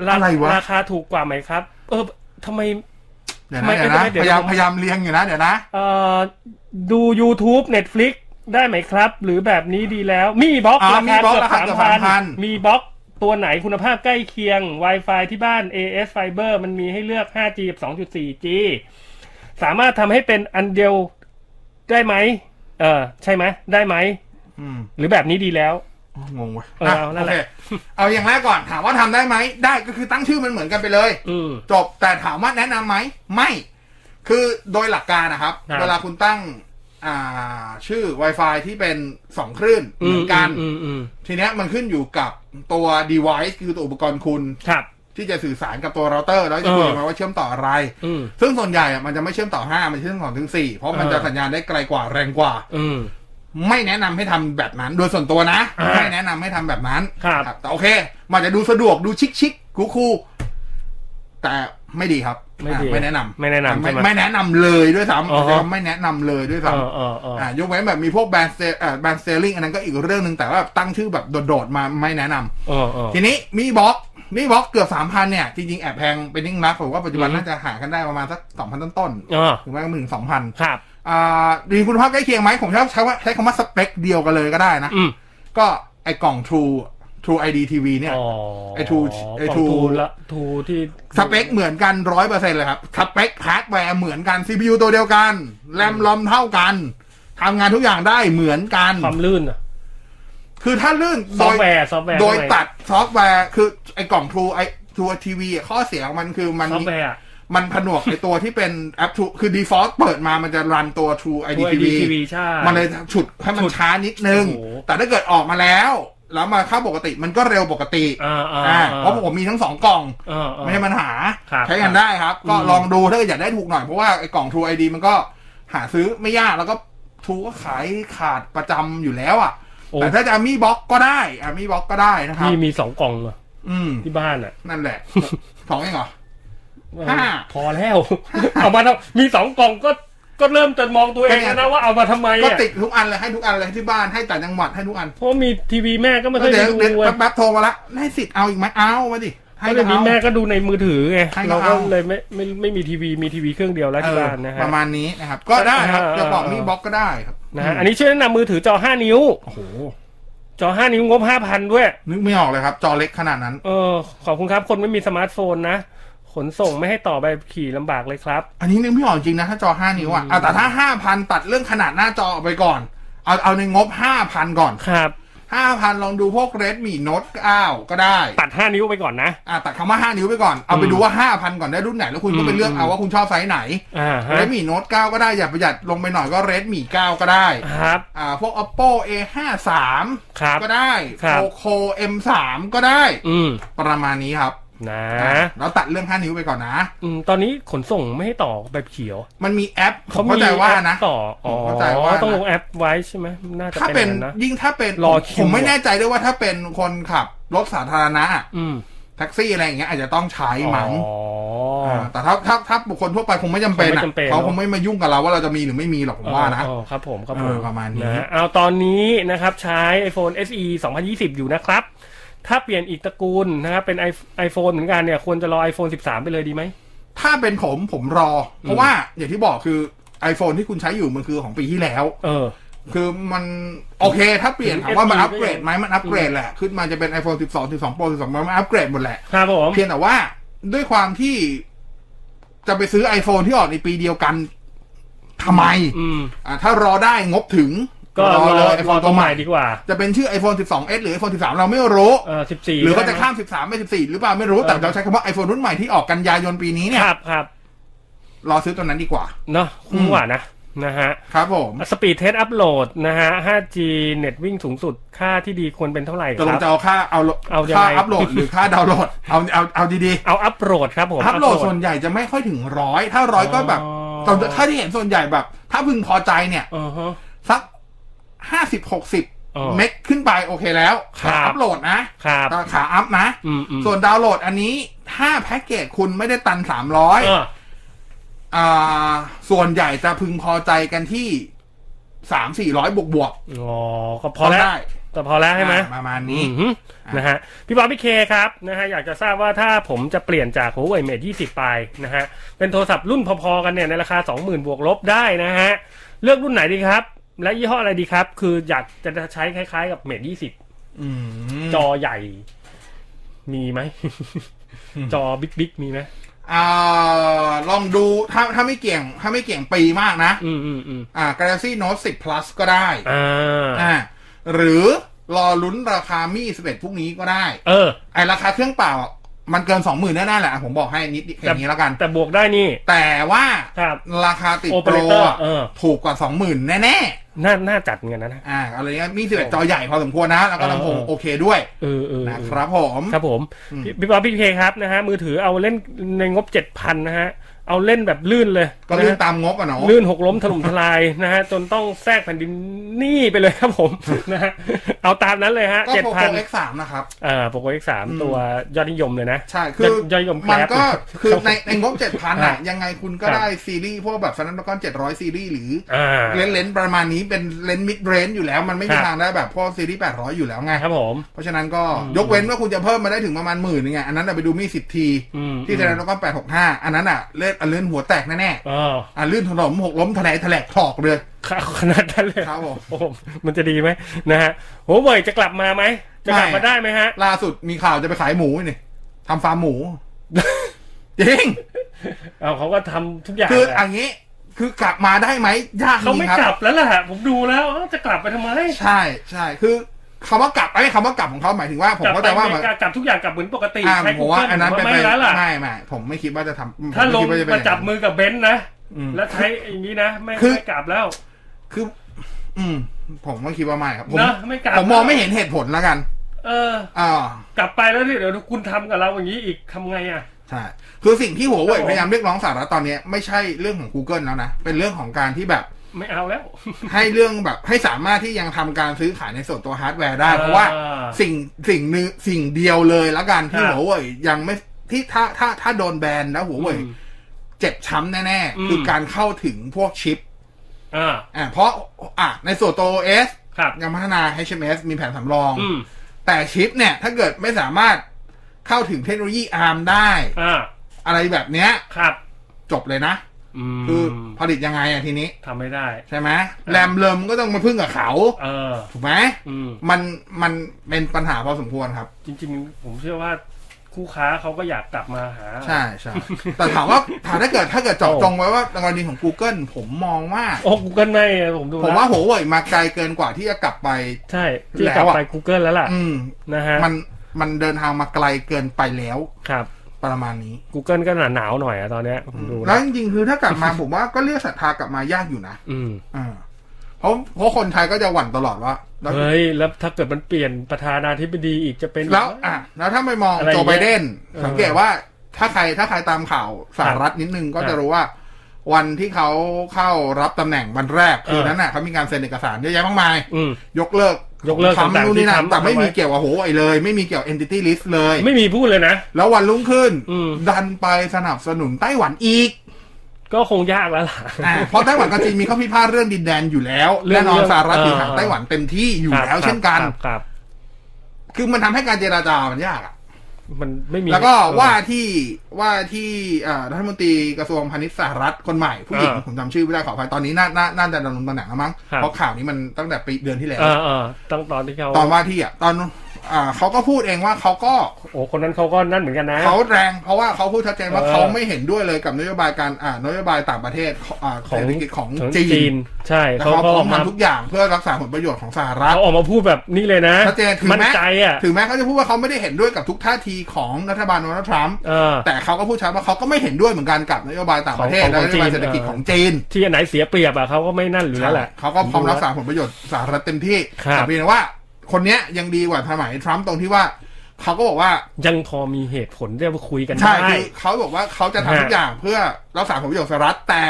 D: รา
C: อะไรวะ
D: ราคาถูกกว่าไหมครับ เออทำไม
C: เดี๋ยว
D: ไม่
C: นะเดี๋ยวนะพ
D: ไม่ไม่เดี๋ยว
C: ยายามพยายามเรียงอยู่นะเดี๋ยวนะ
D: เอ่อดู YouTube Netflix ได้ไหมครับ หรือแบบนี้ดีแล้ว มีบล็อก
C: อ่า
D: รา
C: มี
D: คา
C: บล็อก
D: เกือบ
C: ราคา
D: สาม
C: เกือบ
D: พั
C: สาม
D: น
C: พัน
D: มีบล็อกตัวไหนคุณภาพใกล้เคียง Wi-Fi ที่บ้าน AS Fiber มันมีให้เลือก 5G กับ 2.4G สามารถทำให้เป็นอันเดียวได้ไหม เออใช่ไหม ได้ไหม
C: อืม
D: หรือแบบนี้ดีแล้ว
C: เอ งงเว้ย
D: เออ
C: อ่ะ
D: เอานั่น
C: โอ
D: แห
C: เค
D: ละ
C: เอาอย่างแรกก่อนถามว่าทำได้ไหมได้ก็คือตั้งชื่อมันเหมือนกันไปเลย
D: อืม
C: จบแต่ถามว่าแนะนำไหมไม่ คือโดยหลักการนะครับ
D: ครับ
C: เวลาคุณตั้งอ่าชื่อ Wi-Fi ที่เป็นสองคลื่นเหมือนกัน
D: มอืม
C: ทีเนี้ยมันขึ้นอยู่กับตัว device คือตัวอุปกรณ์คุณ
D: ครับ
C: ที่จะสื่อสารกับตัวเราเตอร์ แล้วจะคุยกันมาว่าเชื่อมต่ออะไร
D: อืม
C: ซึ่งส่วนใหญ่อะมันจะไม่เชื่อมต่อ 5 มันเชื่อมต่อถึง 4 เพราะมันจะ
D: เออ
C: สัญญาณได้ไกลกว่าแรงกว่า
D: อืม
C: ไม่แนะนำให้ทำแบบนั้น โดยส่วนตัวนะ
D: อ่า
C: ไม่แนะนำให้ทำแบบนั้น
D: ครับ
C: แต่โอเค มันอาจจะดูสะดวกดูชิคชิคคูคูลๆแต่ไม่ดีครับ
D: ไม่ดี
C: อ่ะไม่แนะนำ
D: ไม่แนะนำ
C: ไม่
D: ใช่ไหม
C: ไม่แนะนำเลยด้วยซ้
D: อ๋อ
C: ำไม่แนะนำเลยด้วยซ้
D: เออเออเออ
C: ำ
D: อ
C: อ่ะยกเว้นแบบมีพวกแบรนด์เซเอ่อแบรนด์เซลลิงอันนั้นก็อีกเรื่องหนึ่งแต่ว่าตั้งชื่อแบบโดดๆมาไม่แนะนำ
D: เออเออ
C: ทีนี้มีบล็อกมีบล็อกเกือบสามพันเนี่ย จริงๆ แอบแพงเป็นนิ่งนักผมว่าปัจจุบัน
D: อืม
C: น่าจะหากันได้ประมาณสักสองพันต้น
D: เออ
C: ๆถึงแม้ก็ไม่ถึงสองพัน
D: ครับ
C: อ่าดีคุณภาพใกล้เคียงไหมผมชอบใช้ว่าใช้คำว่าสเปคเดียวกันเลยก็ได้นะ
D: อืม
C: ก็ไอกล่อง True True ID TV เนี่ย
D: อ๋อ
C: ไอ้ทูไอ้ทู
D: ขงละทูที่
C: สเปคเหมือนกันร้อยเปอร์เซ็นเลยครับ สเปคฮาร์ดแวร์เหมือนกัน CPU ตัวเดียวกัน แรมลอมเท่ากันทำงานทุกอย่างได้เหมือนกัน
D: ความลื่นอะ
C: คือถ้าเรื่อง
D: ซ
C: โด
D: อฟ
C: ย
D: ต์แวร์ซอฟต์แวร์
C: โดยตัดซอฟต์แวร์คือไอกล่อง True ไอ True TV อะข้อเสียของมันคือมัน
D: ซอฟต์แวร์อะ
C: มันผนวกในตัวที่เป็นแอป True คือ default เปิดมามันจะรันตัว True ID
D: True
C: TV
D: IDTV ใช่
C: มันเลยฉุดให้มัน
D: ฉุด
C: ช้านิดนึง
D: โอ้โห
C: แต่ถ้าเกิดออกมาแล้ว แล้วมาเข้าปกติมันก็เร็วปกติ
D: อ่าอ่า
C: อ่าเพราะผมมีทั้งสองกล่อง
D: เออเออ
C: ไม่ใช่ปัญหา
D: ครับ
C: ใช้กันได้ครับ ก็
D: อืม
C: ลองดูถ้าเกิดอยากได้ถูกหน่อย เพราะว่าไอ้กล่อง True ID มันก็หาซื้อไม่ยากแล้วก็ทูก็ขายขาดประจำอยู่แล้วอ่ะ
D: โอ้
C: แต่ถ้าจะมีบ็อกก็ได้อ่ะมีบ็อกก็ได้นะครับ
D: พี่มีสองกล่องเหรอ
C: อืม
D: ที่บ้านอะ
C: นั่นแหละสองเองเหรอ
D: เออ
C: ห้า
D: พอแล้ว เอามาแล้วมีสองกล่องก็ก็เริ่มจะมองตัวเอง
C: ก็
D: แล้ว
C: เนี่
D: นะ
C: ย
D: ว่าเอามาทำไม
C: ก็
D: อะ
C: ติดทุกอันเลยให้ทุกอันเลยให้ที่บ้านให้แต่างจังหวัดให้ทุกอัน
D: เพราะมีทีวีแม่ก็ไม่เคย
C: เดี๋ยว
D: ดู
C: เดี๋ยว
D: เว้ย
C: แป๊บๆโทรมาละได้สิทธิ์เอาอีกไหมเอามาดิ ให้
D: ก็เล
C: ก็
D: ยมี
C: เอา
D: แม่ก็ดูในมือถือไง
C: ให้ก็
D: เรา
C: เอา
D: ก็เลยไม่ไม่ไม่มีทีวีมีทีวีเครื่องเดียวแล้ว
C: เอ
D: ที่
C: อ
D: บ้านนะฮะ
C: ประมาณนี้นะครับ ก็ได้ครับ
D: เออเออ
C: จะบอกมีบล็อกก็ได้ครับ
D: นะฮะอันนี้ช่วยแนะนำมือถือจอ 5 นิ้ว
C: โอ้โห
D: จอ 5 นิ้วงบ 5,000 ด้วย
C: นึกไม่ออกเลยครับ จอเล็กขนาดนั้น
D: เออ ขอบคุณครับ คนไม่มีสมาร์ทโฟนนะ ขนส่งไม่ให้ต่อใบขับขี่ลำบากเลยครับ
C: อันนี้นึกไม่ออกจริงนะ ถ้าจอ 5 นิ้วอ่ะเอาแต่ถ้า 5,000 ตัดเรื่องขนาดหน้าจอออกไปก่อน เอาเอาในงบ 5,000 ก่อน
D: ครับ
C: 5,000 ลองดูพวก Redmi Note 9 ก็ได้
D: ตัด 5 นิ้วไปก่อนนะ
C: อ่ะตัดคำว่า 5 นิ้วไปก่อน เอาไปดูว่า 5,000 ก่อนได้รุ่นไหน แล้วคุณก็ไปเลือกเอาว่าคุณชอบไซส์ไหน
D: อ่าฮะ
C: Redmi Note 9 ก็ได้ อย่าประหยัดลงไปหน่อยก็ Redmi 9 ก็ได้
D: ครับ
C: อ่าพวก oppo a 5
D: ครับ
C: 3ก็ได้
D: ครับ
C: poco m 3ก็ได้
D: อืม
C: ประมาณนี้ครับ
D: นะ
C: เราตัดเรื่อง 5 นิ้วไปก่อนนะ
D: อืมตอนนี้ขนส่งไม่ให้ต่อใบขับขี่เหรอ
C: มันมีแอปผมเข้าใจว่า
D: แอป
C: นะ
D: ต่อ อ๋อ
C: ผมเข้าใจว่านะ
D: ต้องลงแอปไว้ใช่ไหมน่าจะ
C: ถ้า
D: เป็
C: เป็น น
D: อย่างนั้นนะ
C: ยิ่งถ้าเป็น
D: รอคิว
C: ผมไม่แน่ใจด้วยว่าถ้าเป็นคนขับรถสาธารณะ
D: อืม
C: แท็กซี่อะไรอย่างเงี้ยอาจจะต้องใช้มั้ง
D: อ๋ออ
C: าแต่ถ้าถ้าถ้าบุคคลทั่วไปคงไม่จำเป็น
D: คง
C: อะ
D: ไม่จำเป็น
C: เขาคงไม่มายุ่งกับเราว่าเราจะมีหรือไม่มีหรอกผมว่านะ
D: เออเออครับผมครับผม
C: เออประมาณนี้
D: ฮเอาตอนนี้นะครับใช้ iPhone SE 2020 อยู่นะครับ ถ้าเปลี่ยนอีกตระกูลนะครับเป็น i- iPhone เหมือนกันเนี่ยควรจะรอ iPhone 13 ไปเลยดีไหม
C: ถ้าเป็นผมผมรอ เพราะว่าอย่างที่บอกคือ iPhone ที่คุณใช้อยู่มันคือของปีที่แล้ว
D: เออ
C: คือมันโอเคถ้าเปลี่ยน
D: ถึง
C: ถามว่ามัน
D: SE
C: อัปเกรดไหมมันอัปเกรดแหละ ขึ้นมาจะเป็น iPhone 12 12 Pro 12 Pro มันอัปเกรดหมดแหละ
D: ครับผม
C: เพียงแต่ว่าด้วยความที่จะไปซื้อ iPhone ที่ออกในปีเดียวกันทำไม
D: อืม
C: อ่าถ้ารอได้งบถึง
D: ก็รอ
C: เลย
D: รอ
C: iPhone
D: ตั
C: ตัว
D: ว
C: ให
D: ให
C: ม่
D: ม่ดีกว่า
C: จะเป็นชื่อ iPhone 12s หรือ iPhone 13 เราไม่รู้
D: เออ 14
C: หรือก็จะข้าม 13 ไม่ 14 หรือเปล่าไม่รู้แต่เราใช้คำว่า iPhone รุ่นใหม่ที่ออกกันยายนปีนี้เนี่ย
D: ครับครับ
C: รอซื้อตัวนั้นดีกว่า
D: เนาะคุ้มกว่านะ นะฮะ
C: ครับผม
D: สปีดเทสอัพโหลดนะฮะ 5G เน็ตวิ่งสูงสุดค่าที่ดีควรเป็นเท่าไหร่ค
C: ตกลงจะ
D: รับ
C: เอาค่าเอา
D: เอายังไง
C: ค่าอัพโหลดหรือค่าดาวน์โหลด เอาเอาเอาดีๆ
D: เอาอัพโหลดครับผม
C: อัพโหลดส่วนใหญ่จะไม่ค่อยถึงร้อยถ้าร้อยก็แบบ
D: อ๋อ
C: ตอนถ้าที่เห็นส่วนใหญ่แบบ ถ้าพึงพอใจเนี่ย
D: เออฮะ
C: สักห้าสิบหกสิบ
D: อ๋อ
C: เมกขึ้นไปโอเคแล้ว
D: ครั
C: ขา
D: บ
C: อัพโหลดนะครับ ขาอัพนะ
D: อืมอืม
C: ส่วนดาวน์โหลดอันนี้ถ้าแพ็กเกจคุณไม่ได้ตันสามร้อย
D: เออ
C: อ่าส่วนใหญ่จะพึงพอใจกันที่สามสี่ร้อยบวกบวก
D: อ๋อ ก็พ
C: ๆ
D: อแล้ว
C: ได้
D: แต่พอแล้วใช่ไหม
C: อ่าประมาณนี้
D: อือหือนะฮะพี่บอลพี่เคครับนะฮะอยากจะทราบว่าถ้าผมจะเปลี่ยนจาก Huawei Mate 20 ไปนะฮะเป็นโทรศัพท์รุ่นพอๆกันเนี่ยในราคา 20,000 บวกลบได้นะฮะเลือกรุ่นไหนดีครับ และยี่ห้ออะไรดีครับ คืออยากจะใช้คล้ายๆกับ Mate 20
C: อืม
D: จอใหญ่ มี ไหม จอบิ๊กๆมีไหม
C: อ่าลองดูถ้าถ้าไม่เกี่ยง ถ้าไม่เกี่ยงปีมากนะ
D: อืมอืมอืม
C: อ่า Galaxy Note 10 Plus ก็ได้
D: อ่า
C: อ่า หรือ รอลุ้นราคามี่สิบเอ็ดพรุ่งนี้ก็ได้
D: เออ
C: ไอราคาเครื่องเปล่าอ่ะมันเกินสองหมื่นแน่ๆแหละอ่ะผมบอกให้นิดแค่นี้แล้วกัน
D: แต่บวกได้นี่
C: แต่ว่า
D: ครับ
C: ราคาติดโปร
D: Operator
C: อ่ะ
D: เออ
C: ถูกกว่าสองหมื่นแน่
D: น่าน่าจัดเหมือนกันนะ
C: ๆอ่าอะไรเงี้ยมีสิบเอ็ดจอใหญ่พอสมควรนะ แล้วก็ลำโพง
D: เออ
C: โอเคด้วย
D: เออเออ
C: นะ
D: เออ
C: ครับผม
D: ครับผมพี่พี่ป๊อปพี่เคครับนะฮะมือถือเอาเล่นในงบเจ็ดพันนะฮะ เอาเล่นแบบลื่นเลย
C: ก็เลื่อนะ
D: ฮะ
C: ตามงบอ่ะเนาะ
D: ลื่นหกล้มถล่มทลาย นะฮะ จนต้องแทรกแผ่นดินหนี่ไปเลยครับผม นะฮะ เอาตามนั้นเลยฮะ
C: ก็
D: เจ็ด
C: โปร
D: พัน
C: โ X สามนะครับ
D: อ่าโปรโกเอ็กสาม
C: อืม
D: ตัวยอดนิยมเลยนะ
C: ใช่ คือย
D: อดนิยมแคป
C: มันก็คือในในงบเจ็ดพัน
D: อ่ะ
C: อ่ะ ยังไงคุณก็
D: ครับ
C: ได้ซีรีส์พวกแบบฟันนันก้อนเจ็ดร้อยซีรีส์หรือ
D: อ่า
C: เลนส์เลนส์ประมาณนี้เป็นเลนส์มิดเรนจ์อยู่แล้ว มันไม่มี
D: ครับ
C: ทางได้แบบพวกซีรีส์แปดร้อยอยู่แล้วไง
D: ครับผม
C: เพราะฉะนั้นก็ยกเว้นว่าคุณจะเพิ่มมาได้ถึงประมาณหมื่นนึงไงอันนั้นน่ะไปดูมีสิบที
D: อืม
C: ที่เทเลนแล้วก็แปดหกห้าอันนั้นอ่ะเลื่อนอันเลื่อนหัวแตกแน่
D: อ๋อ
C: ๆอันลื่นถล่มหกล้มแถลกแถลกถอกเลย
D: ขนาดนั้นเลย
C: ครับผม
D: โอ้โหมันจะดีไหมนะฮะโหัวเว่ยจะกลับมาไหม จะกลับ
C: ไม่
D: มาได้ไหมฮะ
C: ล่าสุดมีข่าวจะไปขายหมูนี่ทำฟาร์มหมู จริง
D: เอาเขาก็ทำทุกอย่าง
C: คือ
D: แหละ
C: อันนี้คือกลับมาได้ไหมยาก
D: เขา
C: จริ
D: ไม่
C: งครั
D: กลั
C: บ
D: บแล้วล่ะฮะผมดูแล้วเอ้าจะกลับไปทำไม
C: ใช่ใช่คือคำว่ากลับไอ้คำว่ากลับของเขาหมายถึงว่าผมเข้าใจว่ามัน
D: กลับไปอเมริกกลับทุกอย่างกลับเหมือนปกติ
C: อ่า
D: ใช้
C: ผมว่า
D: Google
C: อันนั้นเป็น
D: ไม่
C: ไป
D: แล้วล่ะ
C: ไม่ไม่ผมไม่คิดว่าจะทำ
D: ถ้าลง
C: ผมไคิดว่จะเป็อ
D: มาน
C: ย่
D: จับ
C: นั้น
D: มือกับเบนซ์นะ
C: อืม
D: แล้วใช้อย่างนี้นะ ไม่
C: คือ
D: ไม่กลับแล้ว
C: คือ อืม ผมก็คิดว่าไม่ครับผม
D: นะไม่กลับ
C: ผมมองไม่เห็นเหตุผลแล้วกัน
D: เออ
C: อ่าก
D: ลับไปแล้วที่เดี๋ยวคุณทำกับเราอย่างนี้อีกทำไงอ่ะ
C: ใช่คือสิ่งที่หัวเว่ย
D: ครับผม
C: พยายามเรียกร้องสาระตอนเนี้ยไม่ใช่เรื่องของ Google แล้วนะ เป็นเรื่องของการที่แบบ
D: ไม่เอาแล้ว
C: ให้เรื่องแบบให้สามารถที่ยังทำการซื้อขายในส่วนตัวฮาร์ดแวร์ได้
D: อ่า
C: เพราะว่าสิ่งสิ่งหนึงสิ่งเดียวเลยแล้วกันที่
D: ครับ
C: หัวเว่ยยังไม่ที่ถ้าถ้าถ้าโดนแบนแล้วหัวเว่ยเจ็บช้ำแน่ๆ คือการเข้าถึงพวกชิป
D: อ่า
C: อ่าเพราะอ่ะในส่วนตัว OS
D: ครับ
C: ยังพัฒนา HMS มีแผนสำรอง
D: อืม
C: แต่ชิปเนี่ยถ้าเกิดไม่สามารถเข้าถึงเทคโนโลยี ARM ได้
D: อ่า
C: อะไรแบบเนี้ย
D: ครับ
C: จบเลยนะ
D: อืม
C: คือผลิตยังไงอะทีนี้
D: ทำไม่ได้
C: ใช่ไหมแรมเริมก็ต้องมาพึ่งกับเขา
D: เออ
C: ถูกไหม
D: อืม
C: มันมันเป็นปัญหาพอสมควรครับ
D: จริงๆ ผมเชื่อว่าคู่ค้าเขาก็อยากกลับมาหา
C: ใช่ใช่ แต่ถามว่าถามถ้าเกิดถ้าเกิดเจาะ
D: โอ้
C: จงไว้ว่ากรณีของ Google ผมมองว่า
D: โอ้กูเกิลไม่อะผมดู
C: ผม
D: แล้
C: ว่าว หัวเว่ยมาไกลเกินกว่าที่จะกลับไป
D: ใช่ที่กลับ
C: แล้วอะ
D: ไป Google แล้วล่ะ
C: อืม
D: นะฮะ
C: มันมันเดินทางมาไกลเกินไปแล้ว
D: ครับ
C: ประมาณนี้
D: Google ก็หนาหนาวหน่อยอะตอนเนี้ยผมดู
C: แล้
D: แล้ว ว
C: จริงๆคือถ้ากลับมา ผมว่าก็เรียกศรัทธากลับมายากอยู่นะ
D: อืม
C: อ่าเพราะเพราะคนไทยก็จะหวั่นตลอดว่าแล้ว
D: เฮ้ย แล้วถ้าเกิดมันเปลี่ยนประธานาธิบดีอีกจะเป็น
C: แล้วอ่ะแล้วถ้าไปมอง
D: อะไรอ
C: โจ
D: ย่าง
C: ไบ
D: เงี้ย
C: เดน
D: เออ
C: สังเกตว่าถ้าใครถ้าใครตามข่าวสหรัฐนิดนึงก็
D: ครับ
C: จะรู้ว่า วันที่เขาเข้ารับตำแหน่งวันแรก
D: เออ
C: คืนนั้นน่ะเขามีการเซ็นเอกสารเยอะแยะมากมาย
D: อืม
C: ยกเลิก
D: ยกเลิก
C: ทำ
D: ต่างๆ
C: นู่นนี่นั่
D: ที่
C: น
D: ทำ
C: แต่ไม่มี
D: เอาไว้
C: เกี่ยวกับโหไอเลย ไม่มีเกี่ยว entity list เลย
D: ไม่มีพูดเลยนะ
C: แล้ววันรุ่งขึ้น
D: อืม
C: ดันไปสนับสนุนไต้หวันอีก
D: ก็คงยากแล้วล่ะ
C: อ่าเพราะไต้หวันกับจีนมีข้อพิพาทเรื่องดินแดนอยู่แล้ว
D: เรื่อ
C: แน่
D: ง
C: นอน
D: เรื่อง
C: สหรัฐถือหาง
D: เอ่อ
C: ไต้หวันเต็มที่อยู่
D: ครับ
C: แล้วเช่นกัน
D: ครับครับ
C: คือมันทำให้การเจราจามันยากอะ
D: มันไม่มี
C: แล้วก็
D: เออ
C: ว่าที่ว่าที่เอ่อรัฐมนตรีกระทรวงพาณิชย์สหรัฐคนใหม่ผู้หญิง
D: เออ
C: ผมจำชื่อไม่ได้ขออภัยตอนนี้น่าน่าน่าจะดำรงตำแหน่งแล้วมั้ง
D: ครับ
C: เพราะข่าวนี้มันตั้งแต่ปีเดือนที่แล้ว
D: เออเออตั้งตอนที่เขา
C: ตอนว่าที่อ่ะตอนอ่าเขาก็พูดเองว่าเขาก็
D: โอ้คนนั้นเขาก็นั่นเหมือนกันนะ
C: เขาแรงเพราะว่าเขาพูดชัดเจนว่า
D: เออ
C: เขาไม่เห็นด้วยเลยกับนโยบายการอ่านโยบายต่างประเทศของอ่าเศรษฐกิจของ
D: ของ
C: จี
D: จี
C: น
D: น ใช่
C: แล้ว
D: เขา
C: เขาพ
D: ก็
C: ร้
D: อ
C: อ
D: อ
C: ม
D: กมา
C: ทำทุกอย่างเพื่อรักษาผลประโยชน์ของสหรัฐ
D: เขาออกมาพูดแบบนี้เลยนะ
C: ชัดเจนถึง
D: มั่น
C: แม้
D: ใจอ่ะ
C: ถึงแม้เขาจะพูดว่าเขาไม่ได้เห็นด้วยกับทุกท่าทีของรัฐบาลโดนัลด์ทรัมป์
D: เออ
C: แต่เขาก็พูดชัดว่าเขาก็ไม่เห็นด้วยเหมือนกันกับนโยบายต่างประเทศ
D: ของ
C: และนโยบาย
D: ของจีน
C: เศรษฐกิจของจีน
D: ที่อันไหนเสียเปรียบอ่ะเขาก็ไม่นั่นอยู่แล้วแหละ
C: เขาก็พร้อมรักษาผลประโยชน์สหรัฐเต็มที่
D: ครับ
C: แต่เพียงแต่ว่า คนเนี้ยยังดีกว่าสมัยทรัมป์ตรงที่ว่า เขาก็บอกว่า
D: ยังพอมีเหตุผลที่จะคุยกัน
C: ใช่
D: ได้
C: คือเขาบอกว่าเขาจะทำทุก
D: ฮะ
C: อย่างเพื่อรักษาผลประโยชน์สหรัฐแต่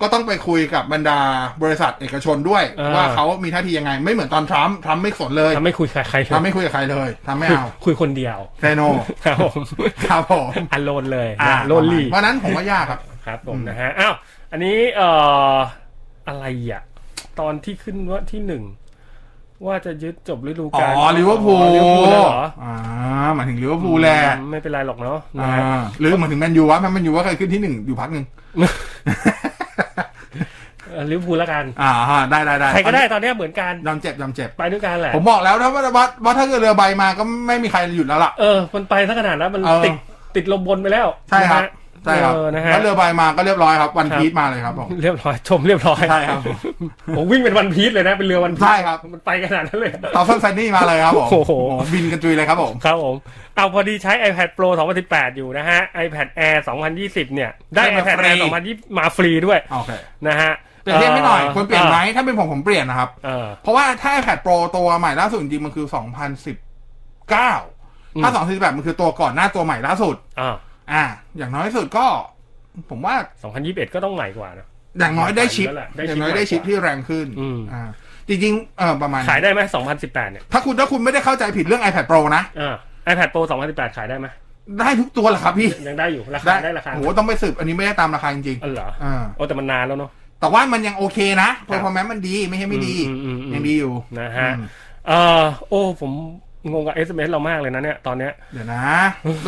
C: ก็ต้องไปคุยกับบรรดาบริษัทเอกชนด้วย ว่าเขามีท่าทียังไง ไม่เหมือนตอนทรัมป์ทรัมป์ไม่สนเลย
D: ทำไม่คุยกับใครเลย
C: ทรัมป์ไม่คุยกับใครเลยทรัมป์ไม่เอา
D: คุยคนเดียว
C: เซโน
D: ครับผม
C: ครับผม
D: อันโลนเลย
C: อ่า
D: นะโลนลี่
C: เพราะฉะนั้นผมว่ายากครับ
D: ครับผมนะฮะอ้าวอันนี้เอ่ออะไรอ่ะ ตอนที่ขึ้นว่าที่หนึ่ง ว่าจะยึดจบฤดู
C: อ๋
D: กาล
C: อลิเวอร์พูล
D: ลิเวอร์พูลเลยเหรอ
C: อ่าหมายถึงลิเวอร์พูลแหละ
D: อืมไม่เป็นไรหรอกเนาะนะ
C: อ่า
D: ฮะ
C: หรือหมายถึงแมนยูวะแมนยูว่าเคยขึ้นที่หนึ่งอยู่พั กหนึ่ง
D: เอ่อลิเวอร์พูลแล้วกัน
C: อ่าฮะได้ได้ได้
D: ใครก็ได้ตอนเนี้ยเหมือนกัน
C: ยอมเจ็บยอมเจ็บ
D: ไปด้วยกันแหละ
C: ผมบอกแล้วนะว่าว่าว่าถ้าเกิดเรือใบมาก็ไม่มีใครหยุดแล้วล่ะ
D: เออ มันไปสักขนาดแล้วมัน
C: เออ
D: ติดติดลมบนไปแล้ว
C: ใช่ครับ
D: นะฮะ
C: ใช่ครับ
D: เออนะฮะ
C: แล้วเรือใบมาก็เรียบร้อยครับวัน
D: ครับ
C: พีชมาเลยครับผม
D: เรียบร้อยชมเรียบร้อย
C: ใช่ครับ
D: ผมวิ่งเป็นวันพีชเลยนะเป็นเรือวันพีช
C: ใช่ครับ
D: มันไปขนาดนั้นเลย
C: เตาเส้นซันนี่มาเลยครับผม
D: โอ้โห
C: บินกันจุยเลยครับผม
D: ครับผม เอาพอดีใช้ iPad Pro 2018 อยู่นะฮะ iPad Air 2020 เนี่ย ได้ iPad Air 2020 มาฟรีด้วย
C: โอเค
D: นะฮะ
C: เปลี่ยนเทียบไม่หน่อยควรเปลี่ยนไหมถ้าเป็นผมผมเปลี่ยนนะครับ
D: เออ
C: เพราะว่าถ้า iPad Pro ตัวใหม่ล่าสุดจริงๆมันคือ 2019 ถ้า 2018 มันคือตัวก่อนหน้าตัวใหม่ล่าสุด
D: อ่า
C: อ่า อย่างน้อยที่สุดก็ ผมว่า
D: 2021 ก็ต้องใหม่กว่านะ
C: อย่างน้อยได้ชิป
D: ได้
C: อ
D: ชิป
C: ย่างน้อยได้ชิปที่แรงขึ้น
D: อืม
C: อ่า จริงๆเออประมาณนั้น
D: ขายได้ไหม2018 เนี่ย
C: ถ้าคุณถ้าคุณไม่ได้เข้าใจผิดเรื่อง iPad Pro นะ
D: อ่า iPad Pro 2018 ขายได้ไหม
C: ได้ทุกตัวแหละครับพี่
D: ยังได้อยู่ ราคาได้ราคา
C: โอ้โหต้องไปสืบอันนี้ไม่ได้ตามราคาจริง
D: เออเหรอ
C: ๆอ่า
D: โอ้แต่มันนานแล้วเนาะ
C: แต่ว่ามันยังโอเคนะ
D: ครับ
C: performance มันดีไม่ใช่ไม่ดี
D: อืมอืมอืม
C: ยังดีอยู่
D: นะฮะ
C: อืม
D: เออโอ้ผมงงกับ SMS เรามากเลยนะเนี่ยตอนเนี้ย
C: เดี๋ยวนะ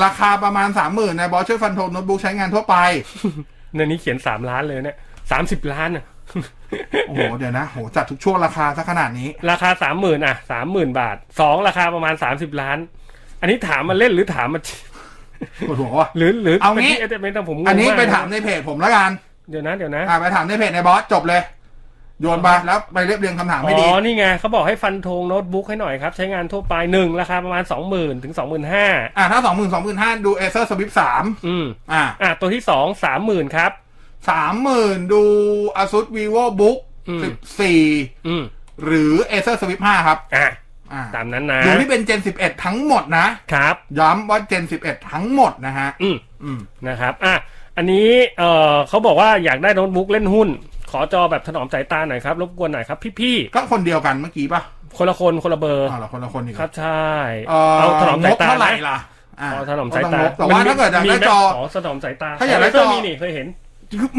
C: ราคาประมาณสามหมื่นนายบอสช่วยฟันธงโน้ตบุ๊กใช้งานทั่วไป
D: ในนี้เขียน 3 ล้านเลยเนี่ย30 ล้านอ่ะ
C: โอ้โห เดี๋ยวนะ โห จัดทุกช่วงราคาซะขนาดนี้
D: ราคาสามหมื่นอ่ะสามหมื่นบาทสองราคาประมาณสามสิบล้าน อันนี้ถามมาเล่นหรือถาม มา
C: ปวดหัวว่ะ
D: หรือหรือ
C: เอางี้
D: ป็นที่ไม่ต้องผมงง
C: อันนี้
D: ก
C: ไปถามในเพจผมแล้วกัน
D: เดี๋ยวนะเดี๋ยวนะ
C: อ่าไปถามในเพจนายบอสจบเลย โยนไปแล้วไปเรียบเรียงคำถาม
D: อ๋
C: ให้ดี
D: อนี่ไงเขาบอกให้ฟันธงโน้ตบุ๊กให้หน่อยครับ ใช้งานทั่วไปหนึ่งราคาประมาณสองหมื่นถึงสองหมื่นห้า
C: อ่าถ้าสองหมื่นสองหมื่นห้าดูเอเซอร์สวิฟสาม
D: อืม
C: อ่า
D: อ่ะตัวที่สองสามหมื่นครับ
C: สามหมื่นดูอาซุ v วีโวบุ๊ก
D: อืม
C: สิบสี่
D: อืม
C: หรือเอเซอร์สวิฟห้าครับ
D: อ่ะ
C: อ่า
D: ตามนั้นนะ
C: ดูที่เป็นเจนสิบเอ็ดทั้งหมดนะ
D: ครับ
C: ย้ำว่า Gen 11 ทั้งหมดนะฮะ
D: อืม
C: อืม
D: นะครับอ่ะอันนี้เออเขาบอกว่าอยากได้โน้ตบุ๊กเล่นหุ้น ขอจอแบบถนอมสายตาหน่อยครับรบกวนหน่อยครับพี่
C: ก็คนเดียวกันเมื่อกี้ป่ะ
D: ๆคนละคนคนละเบอร์
C: อ๋อเหรอคนละคนอีก
D: ครับใช่
C: เอ่อ
D: เอาถนอมสายตา
C: บ
D: ง
C: เท่าไหร่
D: นะ
C: ล่ะอ่า
D: เอาถนอมสาย
C: ก็
D: ตา
C: องบแต่ว่าถ้าเกิดอยากได้จอ
D: ขอถนอมสายตา
C: ถ้าอยากได้จอ
D: เมีนี่เคยเห็น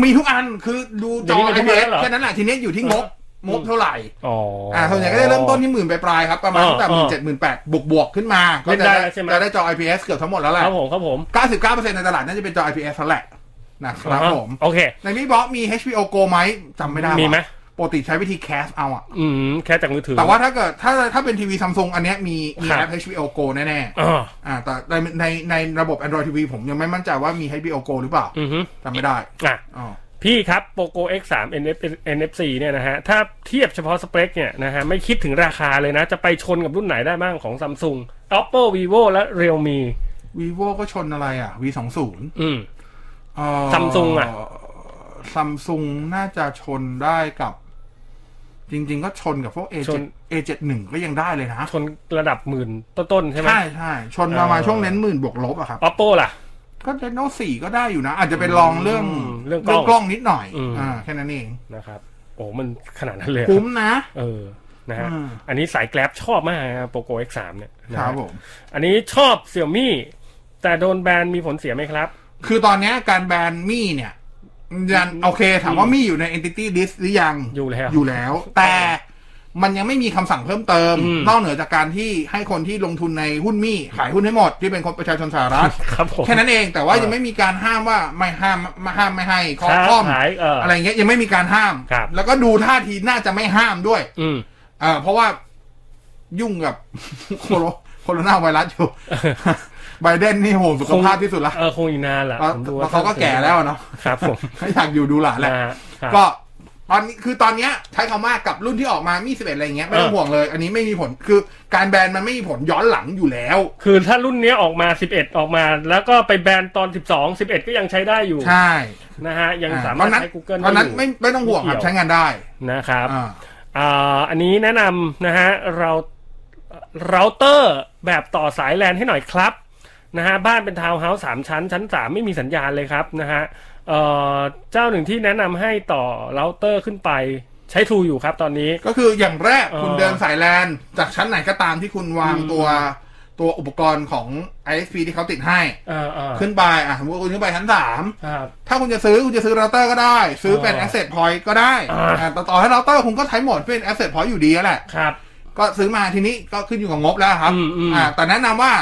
C: มีทุกอันคือดู
D: เดี๋
C: จอ
D: ยวนี้มัน
C: ไอ
D: ทุก
C: เอ
D: อันเหรอ
C: แค่นั้นแหละทีนี้อยู่ที่งบ
D: อืม
C: งบเท่าไหร่
D: อ๋ออ
C: อ่าส่วนใหญ่ก็จะเริ่มต้นที่หมื่นปลายๆครับ ประมาณ
D: อ๋อ
C: ตั้งแต่หมื่นเจ็ดหมื่นแปดบวกบวกๆขึ้นมา ก็
D: เล่
C: จะ
D: นได้
C: ได้
D: แล้วใช่ไหม
C: จะได้จอ IPS เกือบทั้งหมดแล้วแหละ
D: ครับผมครับผม
C: 99%ในตลาดน่าจะเป็นจอ IPS แล้วแหละนะครับผม
D: โอเค
C: ในนี้บอสมี HBO Go ไหมจำไม่ได้ว่ะ
D: มีไหม
C: ปกติใช้วิธีแคสเอาอะ
D: อืมแค่จากมือถือ
C: แต่ว่าถ้าเกิดถ้าถ้าเป็นทีวีซัมซุงอันเนี้ยมีมี
D: ครับ
C: แอป HBO Go แน่
D: อ่า
C: ๆอ่าแต่ในในในระบบ Android TV ผมยังไม่มั่นใจว่ามี HBO Go หรือเปล่า
D: อือฮึ
C: จำไม่ได้
D: อ่ะ
C: อ๋อ
D: พี่ครับโปโก X3 NF NFC เนี่ยนะฮะ ถ้าเทียบเฉพาะสเปคเนี่ยนะฮะ ไม่คิดถึงราคาเลยนะ จะไปชนกับรุ่นไหนได้บ้างของ Samsung Oppo Vivo และ Realme
C: วีโวก็ชนอะไรอ่ะ V สองศูนย์
D: อืม Samsung อะ
C: ซัมซุงน่าจะชนได้กับ จริง ๆ ก็ชนกับพวก A7
D: ชน
C: A71 ก็ยังได้เลยนะ
D: ชนระดับหมื่นต้นๆใช่ไหม
C: ใช่ใช่ชนประมาณ
D: เออ
C: ช่วงเน้นหมื่นบวกลบอะครับ
D: Oppo ล่ะ
C: ก็เรโนสี่ก็ได้อยู่นะ อาจจะเป็นลองเรื่อง
D: เรื่องกล้อง
C: กล้องนิดหน่อย
D: อืม
C: อ่าแค่นั้นเอง
D: นะครับโอ้มันขนาดนั้นเลยเหรอ
C: คุ้มนะ
D: เออ นะฮะ
C: อืม
D: อันนี้สายแกลบชอบมากนะโปโก X3 เนี่ยนะ
C: ค
D: ฮะ
C: รับผม
D: อันนี้ชอบเสี่ยมี่แต่โดนแบนมีผลเสียไหมครับ
C: คือตอนเนี้ยการแบนมี่เนี่ยยันโอเค ถามว่ามี่อยู่ใน entity list หรือยัง
D: อยู่แล้ว
C: อยู่แล้ว แต่มันยังไม่มีคำสั่งเพิ่มเติม
D: อืม
C: นอกเหนือจากการที่ให้คนที่ลงทุนในหุ้นมี่ขายหุ้นให้หมดที่เป็นคนประชาชนสหรัฐ
D: ครับผม
C: แค่นั้นเองแต่ว่ายังไม่มีการห้ามว่าไม่ห้ามไม่ห้ามไม่ให้ข้อ
D: ค้า
C: ข้อม
D: ขายเออ
C: อะไรเงี้ยยังไม่มีการห้าม
D: ครับ
C: แล้วก็ดูท่าทีน่าจะไม่ห้ามด้วย
D: อืม
C: เอ่อเพราะว่ายุ่งกับ โคโรโคโรนาไวรัสอยู่ ไบเดนนี่โหสุขภาพที่สุดละ
D: เออ คงอีกนานละ
C: แล้ว
D: ผมดู
C: แล้วเขาก็แก่แล้วอะเนาะ
D: ครับผม
C: อยากอยู่ดูหลานแห
D: นะ
C: ละ
D: ฮะครับ
C: ก็ตอนนี้คือตอนเนี้ยใช้คำว่ากับรุ่นที่ออกมามีสิบเอ็ดอะไรเงี้ยไม่ต้องห่วงเลย อันนี้ไม่มีผลคือการแบนมันไม่มีผลย้อนหลังอยู่แล้ว
D: คือถ้ารุ่นเนี้ยออกมา 11 ออกมา แล้วก็ไปแบนตอน 12 11 ก็ยังใช้ได้อยู่
C: ใช่
D: นะฮะ ยัง
C: อ่
D: สามารถ
C: เพะนั้น
D: ใช้ Google
C: เพราะนั้น
D: ด้
C: ไม่
D: อยู่
C: ไม่ต้องห่วงครับ
D: ไม่เกี่ยว
C: ใช้งานได้
D: นะครับ
C: อ่า
D: อ่าอันนี้แนะนำนะฮะเราเราเตอร์แบบต่อสายแลนให้หน่อยครับนะฮะบ้านเป็นทาวน์เฮาส์สามชั้น ชั้นสามไม่มีสัญญาณเลยครับนะฮะเอ่อเจ้าหนึ่งที่แนะนำให้ต่อเราเตอร์ขึ้นไปใช้ทูอยู่ครับตอนนี้
C: ก็คืออย่างแรก
D: เออ
C: คุณเดินสายแลนจากชั้นไหนก็ตามที่คุณวางตัวตัวอุปกรณ์ของ ISP ที่เขาติดให้
D: าอ่า
C: ขึ้นไปอ่ะสมมติว่าคุณขึ้นไปชั้นสาม
D: ครับ
C: ถ้าคุณจะซื้อคุณจะซื้อเราเตอร์ก็ได้ ซื้อเป็น
D: เออ
C: Asset Point ก็ได้อ่าแต่ต่อให้เราเตอร์คุณก็ใช้โหมดเป็น Asset Point อยู่ดีนั่นแหละ
D: ครับ
C: ก็ซื้อมาทีนี้ก็ขึ้นอยู่กับงบแล้วครับ
D: อืมอืม
C: แต่แนะนำว่า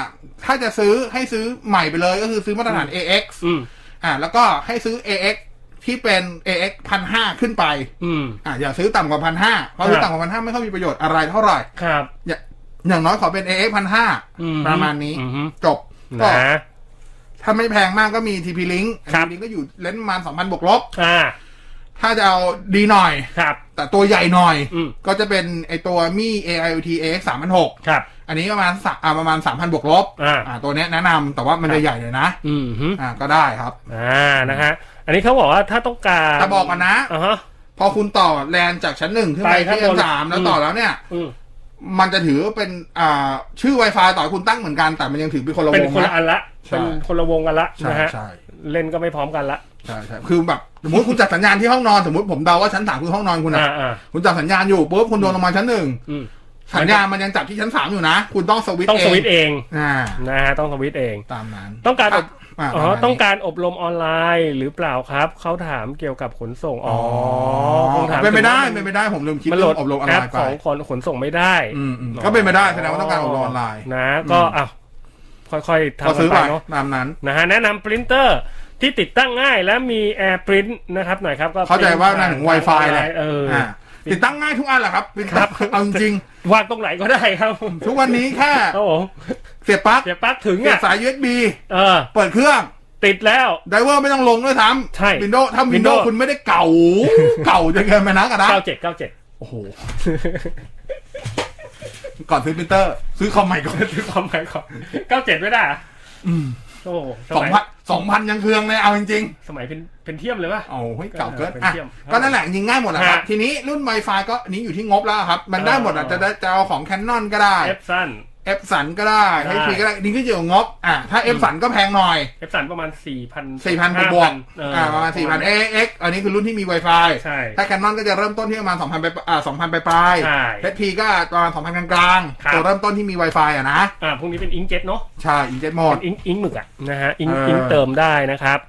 C: ถ้าจะซื้อให้ซื้อใหม่ไปเลยก็คือซื้อมาตรฐาน AX
D: อืม
C: อ่า แล้วก็ให้ซื้อ AX ที่เป็น AX พันห้าขึ้นไป
D: อืม
C: อ่าอย่าซื้อต่ำกว่าพันห้าเพราะ
D: ครับ
C: ซื้อต่ำกว่าพันห้าไม่ค่อยมีประโยชน์อะไรเท่าไหร่
D: ครับ
C: อย่าอย่างน้อยขอเป็น AX พันห้า
D: อืม
C: ประมาณนี้
D: อืม
C: จบก็
D: นะ
C: ถ้าไม่แพงมากก็มี TP Link
D: ครับ
C: TP Link ก็อยู่เลนส์ประมาณ2,000บวกลบ
D: อ่า
C: ถ้าจะเอาดีหน่อย
D: ครับ
C: แต่ตัวใหญ่หน่อย
D: อืม
C: ก็จะเป็นไอตัวมี AIoT AX 3,600
D: ครับ
C: อันนี้ประมาณสะอ่าประมาณ 3,000บวกลบ
D: อ่า
C: อ่าตัวเนี้ยแนะนำแต่ว่ามันจะใหญ่เลยนะ
D: อืมฮึ
C: อ่าก็ได้ครับ
D: อ่านะฮะอันนี้เขาบอกว่าถ้าต้องการ
C: แต่บอกก่อนนะ
D: อ่าฮะ
C: พอคุณต่อแลนจากชั้นหนึ่งขึ้นไป
D: ไปครับ
C: ที่ชั้
D: ผม
C: นสามแล้ว
D: อืม
C: ต่อแล้วเนี่ย
D: อืม
C: มันจะถือเป็นอ่าชื่อ Wi-Fi ต่อให้คุณตั้งเหมือนกันแต่มันยังถือเป็นคนละว
D: เป็น
C: ง
D: คนละ
C: นะ
D: อันละ
C: ใช่
D: เป็นคนละวงกันละ
C: ใช่
D: นะฮะ
C: ใช่
D: เล่นก็ไม่พร้อมกันละ
C: ใช่ใช่คือแบบสมมติคุณจัดสัญญาณที่ห้องนอนสมมติผมเดาว่าชั้นสามคือห้องนอนคุณนะ
D: อ่าอ่า
C: คุณจัดสัญญาณอยู่ปุ๊บคุณโดนลงมาชั้นหนึ่ง
D: อืม
C: สัญญาณมันยังจับที่ชั้นสามอยู่นะ คุณต้องสวิตช์
D: ต้องสวิตช์เอง
C: อ่า
D: นะฮะต้องสวิตช์เอง
C: ตามนั้น
D: ต้องการอบ
C: อ่ะ
D: อ๋อ
C: ประมาณนี้
D: ต้องการอบรมออนไลน์หรือเปล่าครับเขาถามเกี่ยวกับขนส่งอ๋อคงถาม
C: เป็นไปได้
D: ถึงว่า
C: เป็นไปได้ผมลืมคิด
D: มันโหล
C: เรื่อ
D: ด
C: งอบรมออน
D: แอ
C: ไล
D: ป
C: น์ไป
D: ของขนขนส่งไม่ได้
C: อืมอืมก็เป็นไปได้แสดงว่าต้องการอบรมออนไลน์
D: นะ ก็อ้าวค่อยๆ
C: ก็
D: ทำกั
C: ซื้
D: น
C: อ
D: ไป
C: ไป
D: เนาะ
C: ตามนั้น
D: นะฮะแนะนำปรินเตอร์ที่ติดตั้งง่ายและมีแอร์ปรินนะครับหน่อยครับก็
C: เข้าใจว่าน่าถึง Wi-Fi แหละ
D: เอออ
C: าติดตั้งง่ายทุกอันแหละครับ
D: ครับ
C: เอาจริง
D: วางตรงไหนก็ได้ครับ
C: ๆทุกวันนี้แค่
D: ครับผม
C: เสียบปลั๊ก
D: เสียบปลั๊กถึง
C: เสียบ
D: อ่ะ
C: สาย USB
D: เออ
C: เปิดเครื่อง
D: ติดแล้ว
C: ไดเวอร์ไม่ต้องลงด้วยซ้ำ
D: ใช่
C: วินโดว์ถ้าวินโด
D: Windows
C: ว์คุณไม่ได้เก่า เก่าจะเกินไปนะกันนะ
D: 97 97
C: โอ้โหก่อนซื้อพิมพ์เตอร์ ซื้อคอมใหม่ก่อน
D: ถือความหมายก่อน97 ไม่ได้เหรอ่ะโอ้โหส
C: สอง
D: มัย
C: พันสองพันยังเครื่องเลยเอาจริงๆ
D: สมัยเป็นเป็นเทียมเลยป่ะ
C: เอาให้ยเก่าเกิน
D: เออเป็น
C: อ่ะ
D: เทียม
C: ก็นั่นแหละยิงง่ายหมดแหละครับ
D: ฮะ
C: ทีนี้รุ่น Wi-Fi ก็อันนี้อยู่ที่งบแล้วครับ มันได้หมดอ่ะ
D: เออ
C: จะได้จะเอาของแคนนอนก็ได้
D: เอฟสัน
C: เอฟสันก็ได้
D: ได้
C: ไอพีก็ได้นี่ก็อยู่กับงบอ่ะถ้าเอฟสันก็แพงหน่อย
D: เอฟสันประมาณ 4,000
C: 4,000บวก
D: เออ
C: ๆอ่าประมาณ4,000 AX อันนี้คือรุ่นที่มี Wi-Fi
D: ใช่
C: ถ้าแคนนอนก็จะเริ่มต้นที่ประมาณ2,000ไปอ่า2,000ไปปลาย
D: ใช่
C: เอพีก็ประมาณ2,000กลาง
D: ครั
C: ๆ
D: บ
C: ตัวเริ่มต้นที่มี Wi-Fi อ่ะนะ
D: อ่าพวกนี้เป็นอิงเจ็ตเนาะ
C: ใช่อีเจ็ตหมด
D: อิงอิงหมึกอะนะฮะอิง
C: เอออิ
D: อิงเติมได้นะครับ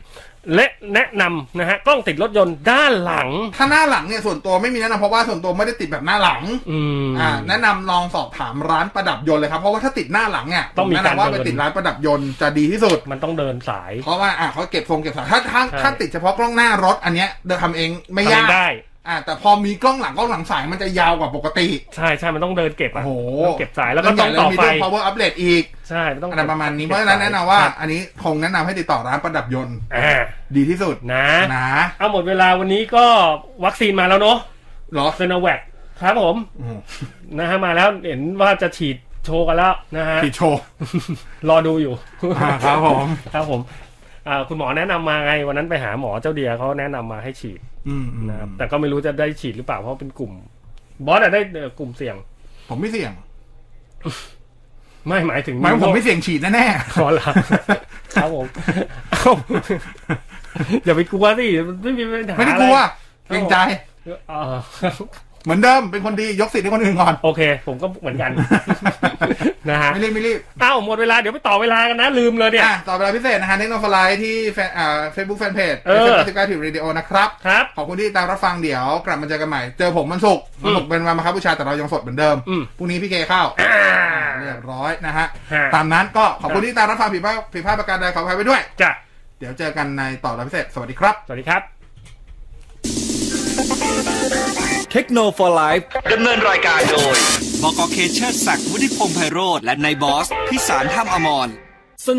D: และแนะนำนะฮะกล้องติดรถยนต์ด้านหลัง
C: ถ้าหน้าหลังเนี่ยส่วนตัวไม่มีแนะนำเพราะว่าส่วนตัวไม่ได้ติดแบบหน้าหลัง
D: อืม
C: อ่าแนะนำลองสอบถามร้านประดับยนต์เลยครับ เพราะว่าถ้าติดหน้าหลังเนี่ย
D: ต้องมี
C: แนะ
D: การ
C: นำว่า
D: เดิ
C: ไป
D: น
C: ติดร้านประดับยนต์จะดีที่สุด
D: มันต้องเดินสาย
C: เพราะว่าอ่าเขาเก็บทรงเก็บสายถ้าถ้า
D: ใช่
C: ถ้าติดเฉพาะกล้องหน้ารถอันเนี้ยเดินทำเอง
D: ทำเอย
C: ไม่าก
D: งได้
C: อ่าแต่พอมีกล้องหลังกล้องหลังสายมันจะยาวกว่าปกติ
D: ใช่ใช่มันต้องเดินเก็บ
C: โอ้
D: อะ
C: โห
D: ต้องเก็บสายแล้วก็ต้อง
C: เรื่
D: ต่อ
C: ใหญ่เลยมี
D: ไฟ
C: เรื่อง power update อีก
D: ใช่มันต้อง
C: อะไรประมาณนี้เพ
D: ก็บ
C: ราะฉะนั้น
D: สย
C: แนะนำว่า
D: ครับ
C: อันนี้คงแนะนำให้ติดต่อร้านประดับยนต์
D: อ่า
C: ดีที่สุด
D: นะ
C: นะ
D: เอาหมดเวลาวันนี้ก็วัคซีนมาแล้วเนาะ
C: เหรอ
D: เซโนแวคครับผม
C: อืม
D: นะฮะมาแล้วเห็นว่าจะฉีดโชว์กันแล้วนะฮะ
C: ปิดโชว์
D: รอดูอยู่
C: อ่าครับผม
D: ครับผมอ่าคุณหมอแนะนำมาไงวันนั้นไปหาหมอเจ้าเดียเขาแนะนำมาให้ฉีด
C: อืมอืม
D: นะครับแต่ก็ไม่รู้จะได้ฉีดหรือเปล่าเพราะเป็นกลุ่ม บอสอะได้เอ่อกลุ่มเสี่ยง
C: ผมไม่เสี่ยง
D: ไม่หมายถึง
C: หมายว่าผมไม่เสี่ยงฉีดแน่
D: ขอลาครับ ผมเอ้า อย่าไปกลัวสิมันไม่มีปัญ
C: ๆ
D: หา
C: ไม่ได้กลัว
D: อะ
C: เกรงใจ
D: รเอ่อ
C: เหมือนเดิมเป็นคนดียกสิทธิ์ให้คนอื่นก่อน
D: โอเค ผมก็เหมือนกัน นะฮะ
C: ไม่รีบไม่รีบ
D: เอ้าหมดเวลาเดี๋ยวไปต่อเวลากันนะ ลืมเลยเนี่ย
C: อ่ะต่อเวลาพิเศษนะฮะเน็กโนฟลายที่เฟซบุ๊กแฟนเพจ
D: เออ
C: เฟซบุ๊กติดการถือรีดิโอนะครับ
D: ครับ
C: ขอบคุณที่ติดตามรับฟังเดี๋ยว กลับมาเจอกันใหม่ เจอผมมันสุกร์
D: อืม
C: วันศุกร์เป็นวันมาครับบูชาแต่เรายังสดเหมือนเดิม
D: อืม
C: พรุ่งนี้พี่เคเข้า
D: อ่า
C: เรียบร้อยนะฮะ
D: ฮะ
C: ตามนั้นก็ขอบคุณที่ติดตามรับฟังผิดพลาดผิดพลาดประการใดขออภัยไปด้วย
D: จ้ะ
C: เดี๋ยวเจอกันในต่อเวลาพิเศษสวัสดีครับ
D: สวัสดีครับ
A: เทคโนโลยีไลฟ์
E: ดำเนินรายการโดย
A: บกเคเชอร์ศักดิ์วุฒิพงษ์ไพโรธและนายบอสพิสารท่ามอมร
F: สนับ